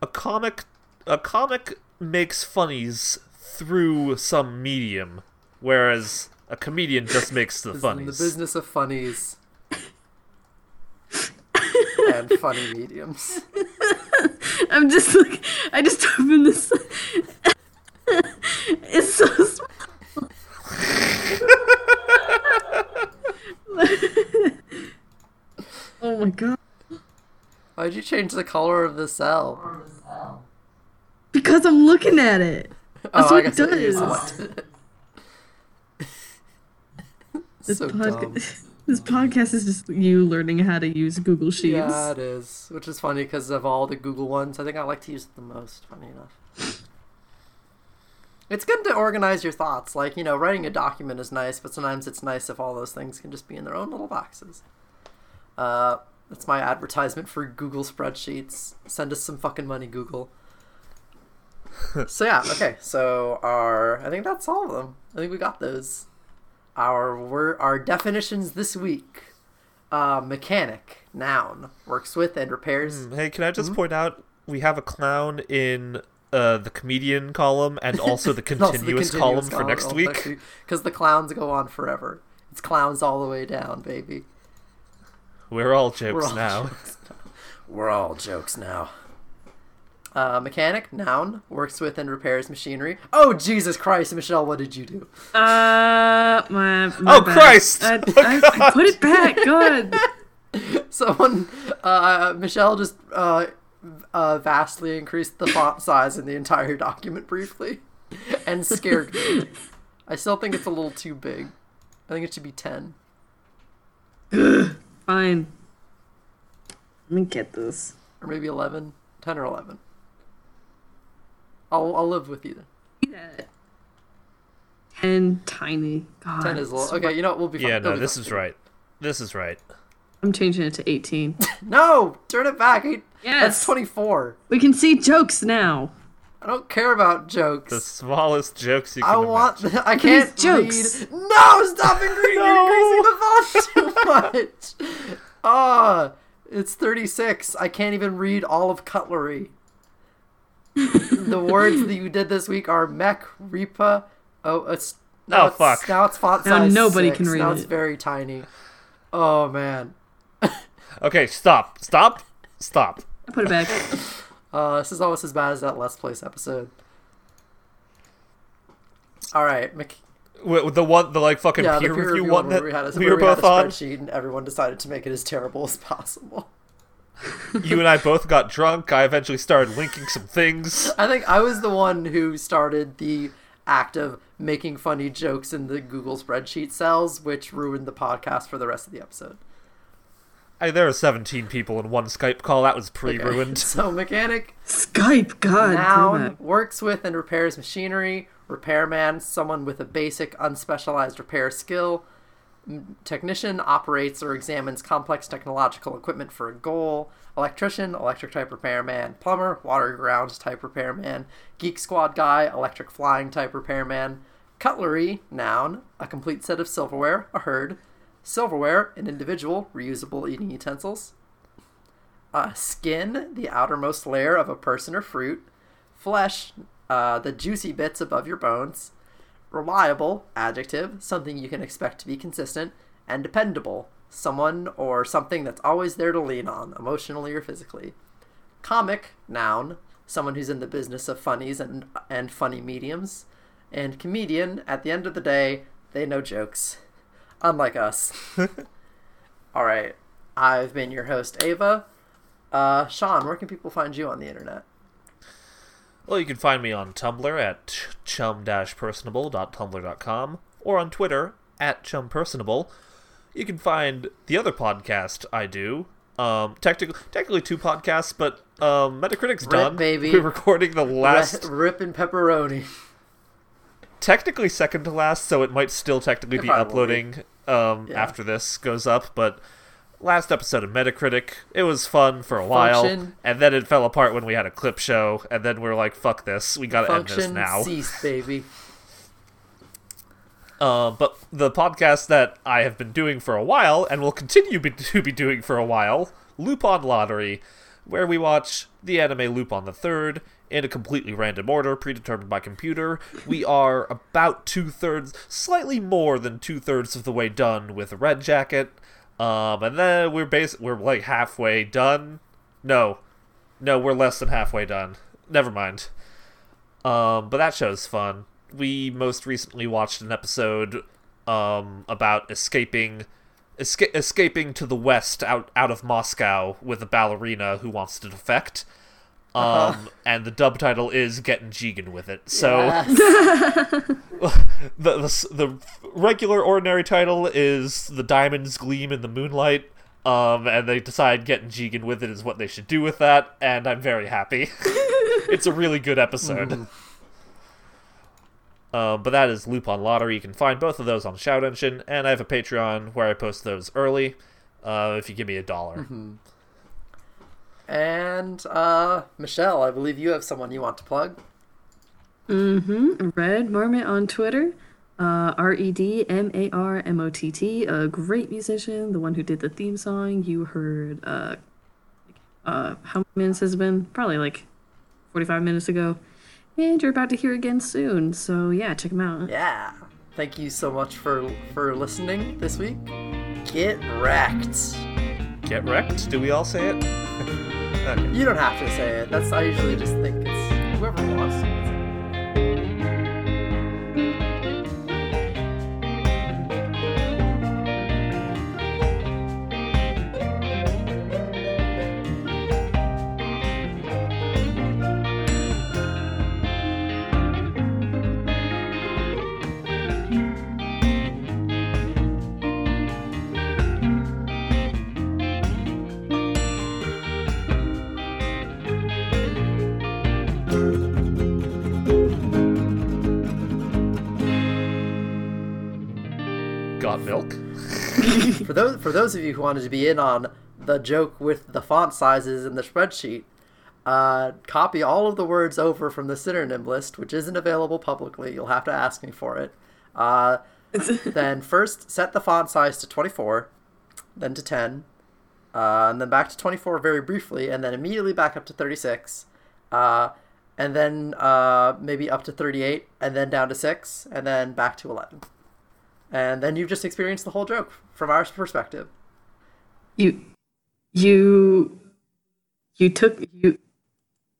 [SPEAKER 4] a comic a comic makes funnies through some medium whereas a comedian just makes the
[SPEAKER 2] In the
[SPEAKER 4] funnies
[SPEAKER 2] business of funnies and funny mediums.
[SPEAKER 3] I'm just like, I just opened this. it's so small. oh my god.
[SPEAKER 2] Why'd you change the color of the cell?
[SPEAKER 3] Because I'm looking at it. That's
[SPEAKER 2] oh, I
[SPEAKER 3] what it
[SPEAKER 2] guess it is.
[SPEAKER 3] does.
[SPEAKER 2] What?
[SPEAKER 3] This,
[SPEAKER 2] so dumb.
[SPEAKER 3] podca- this podcast is just you learning how to use Google Sheets.
[SPEAKER 2] Yeah, it is. Which is funny because of all the Google ones, I think I like to use it the most, funny enough. It's good to organize your thoughts. Like, you know, writing a document is nice, but sometimes it's nice if all those things can just be in their own little boxes. Uh, that's my advertisement for Google spreadsheets. Send us some fucking money, Google. so, yeah, okay. So, our. I think that's all of them. I think we got those. Our, wor- our definitions this week. Uh, mechanic,
[SPEAKER 4] Hmm.
[SPEAKER 2] noun, works with and repairs.
[SPEAKER 4] hey can i just point out we have a clown in uh, the comedian column and also the continuous, column for
[SPEAKER 2] oh,
[SPEAKER 4] next week.
[SPEAKER 2] Because the clowns go on forever. It's clowns all the way down, baby.
[SPEAKER 4] We're all jokes
[SPEAKER 2] We're all
[SPEAKER 4] now.
[SPEAKER 2] jokes now. We're all jokes now. Uh, mechanic, noun, works with and repairs machinery. Oh, Jesus Christ, Michelle, what did you do?
[SPEAKER 3] Uh, my, my
[SPEAKER 4] Oh,
[SPEAKER 3] bad.
[SPEAKER 4] Christ!
[SPEAKER 3] I,
[SPEAKER 4] Oh,
[SPEAKER 3] I, I
[SPEAKER 4] God.
[SPEAKER 3] put it back. Good.
[SPEAKER 2] Someone, uh, Michelle just uh, uh, vastly increased the font size in the entire document briefly and scared me. I still think it's a little too big. I think it should be 10.
[SPEAKER 3] Fine. Let me get this.
[SPEAKER 2] or maybe 11 10 or 11 i'll, I'll live with you
[SPEAKER 3] Ten tiny. God.
[SPEAKER 2] 10 is low okay you know what we'll be fine
[SPEAKER 4] Yeah,
[SPEAKER 2] It'll
[SPEAKER 4] no,
[SPEAKER 2] be
[SPEAKER 4] this
[SPEAKER 2] fine.
[SPEAKER 4] is right. This is right.
[SPEAKER 3] I'm changing it to 18.
[SPEAKER 2] no turn it back I, that's
[SPEAKER 3] Yes.
[SPEAKER 2] 24
[SPEAKER 3] we can see jokes now.
[SPEAKER 2] i don't care about jokes
[SPEAKER 4] The smallest jokes you can
[SPEAKER 2] I want.
[SPEAKER 4] imagine.
[SPEAKER 2] I can't
[SPEAKER 3] jokes.
[SPEAKER 2] read. No, stop increasing, increasing
[SPEAKER 4] No.
[SPEAKER 2] the font too much. Ah, it's thirty six. I can't even read all of cutlery. the words that you did this week are mech, repa. Oh, it's now
[SPEAKER 4] Oh,
[SPEAKER 2] it's,
[SPEAKER 4] fuck.
[SPEAKER 2] Now it's font
[SPEAKER 3] Now
[SPEAKER 2] size.
[SPEAKER 3] nobody
[SPEAKER 2] six.
[SPEAKER 3] can read
[SPEAKER 2] Now it's
[SPEAKER 3] it.
[SPEAKER 2] very tiny. Oh man.
[SPEAKER 4] Okay, stop. Stop. Stop.
[SPEAKER 3] I put it back.
[SPEAKER 2] Uh, this is almost as bad as that Let's Place episode. All right, Mc-
[SPEAKER 4] Wh- The one, the like fucking
[SPEAKER 2] yeah,
[SPEAKER 4] peer,
[SPEAKER 2] the peer
[SPEAKER 4] review,
[SPEAKER 2] review
[SPEAKER 4] one that
[SPEAKER 2] where we had a,
[SPEAKER 4] we
[SPEAKER 2] where
[SPEAKER 4] were both
[SPEAKER 2] had a
[SPEAKER 4] on.
[SPEAKER 2] spreadsheet and everyone decided to make it as terrible as possible.
[SPEAKER 4] You and I both got drunk. I eventually started linking some things.
[SPEAKER 2] I think I was the one who started the act of making funny jokes in the Google spreadsheet cells, which ruined the podcast for the rest of the episode.
[SPEAKER 4] I, there are 17 people in one Skype call. That was pre
[SPEAKER 2] Okay.
[SPEAKER 4] ruined.
[SPEAKER 2] So mechanic
[SPEAKER 3] Skype. God. damn
[SPEAKER 2] noun
[SPEAKER 3] it.
[SPEAKER 2] works with and repairs machinery. Repairman, someone with a basic unspecialized repair skill. technician operates or examines complex technological equipment for a goal electrician electric type repairman plumber water ground type repairman geek squad guy electric flying type repairman cutlery noun a complete set of silverware a herd silverware an individual reusable eating utensils uh, skin the outermost layer of a person or fruit flesh uh, the juicy bits above your bones reliable adjective something you can expect to be consistent and dependable someone or something that's always there to lean on emotionally or physically comic noun someone who's in the business of funnies and and funny mediums and comedian at the end of the day they know jokes unlike us all right i've been your host ava uh, sean where can people find you on the internet
[SPEAKER 4] Well, you can find me on Tumblr at chum-personable.tumblr.com or on Twitter at chumpersonable. You can find the other podcast I do. Um, technically, technically two podcasts, but um, Metacritic's done.
[SPEAKER 2] baby.
[SPEAKER 4] We're recording the last,
[SPEAKER 2] rip and pepperoni
[SPEAKER 4] technically second to last, so it might still technically
[SPEAKER 2] It
[SPEAKER 4] be
[SPEAKER 2] probably will be.
[SPEAKER 4] uploading um,
[SPEAKER 2] Yeah.
[SPEAKER 4] after this goes up. But last episode of Metacritic, it was fun for a while,
[SPEAKER 2] Function.
[SPEAKER 4] and then it fell apart when we had a clip show, and then we are like, "Fuck this, we gotta end this
[SPEAKER 2] function
[SPEAKER 4] now."
[SPEAKER 2] cease baby
[SPEAKER 4] Uh, but the podcast that I have been doing for a while and will continue be- to be doing for a while, Lupin Lottery, where we watch the anime Lupin the Third in a completely random order, predetermined by computer. We are about two thirds, slightly more than two thirds of the way done with Red Jacket, um, and then we're bas- we're like halfway done. No, no, we're less than halfway done. Never mind. Um, but that show's fun. We most recently watched an episode um, about escaping, esca- escaping to the west out out of Moscow with a ballerina who wants to defect. Um, and the dub title is "Getting Jigen with It." So the, the s- the regular ordinary title is "The Diamonds Gleam in the Moonlight." Um, and they decide getting Jigen with it is what they should do with that, and I'm very happy. it's a really good episode. Uh, but that is Loop on Lottery. You can find both of those on Shout Engine, and I have a Patreon where I post those early. Uh, if you give me a dollar,
[SPEAKER 2] And uh, Michelle, I believe you have someone you want to plug.
[SPEAKER 3] Red Marmot on Twitter. Uh, R E D M A R M O T T. A great musician. The one who did the theme song. You heard. Uh, uh, how many minutes has it been? Probably like 45 minutes ago. And you're about to hear again soon, so yeah, check them out.
[SPEAKER 2] Yeah. Thank you so much for for listening this week. Get wrecked.
[SPEAKER 4] Get wrecked? Do we all say it? okay.
[SPEAKER 2] You don't have to say it. That's I usually just think it's whoever wants. to.
[SPEAKER 4] Got milk?
[SPEAKER 2] For those for those of you who wanted to be in on the joke with the font sizes in the spreadsheet, uh, copy all of the words over from the synonym list, which isn't available publicly. You'll have to ask me for it. Uh, then first set the font size to 24, then to 10, uh, and then back to 24 very briefly, and then immediately back up to 36, uh, and then uh, maybe up to 38, and then down to 6, and then back to 11. And then you've just experienced the whole joke from our perspective.
[SPEAKER 3] You, you, you took you,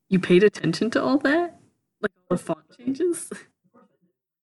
[SPEAKER 3] you paid attention to all that, like all the font changes.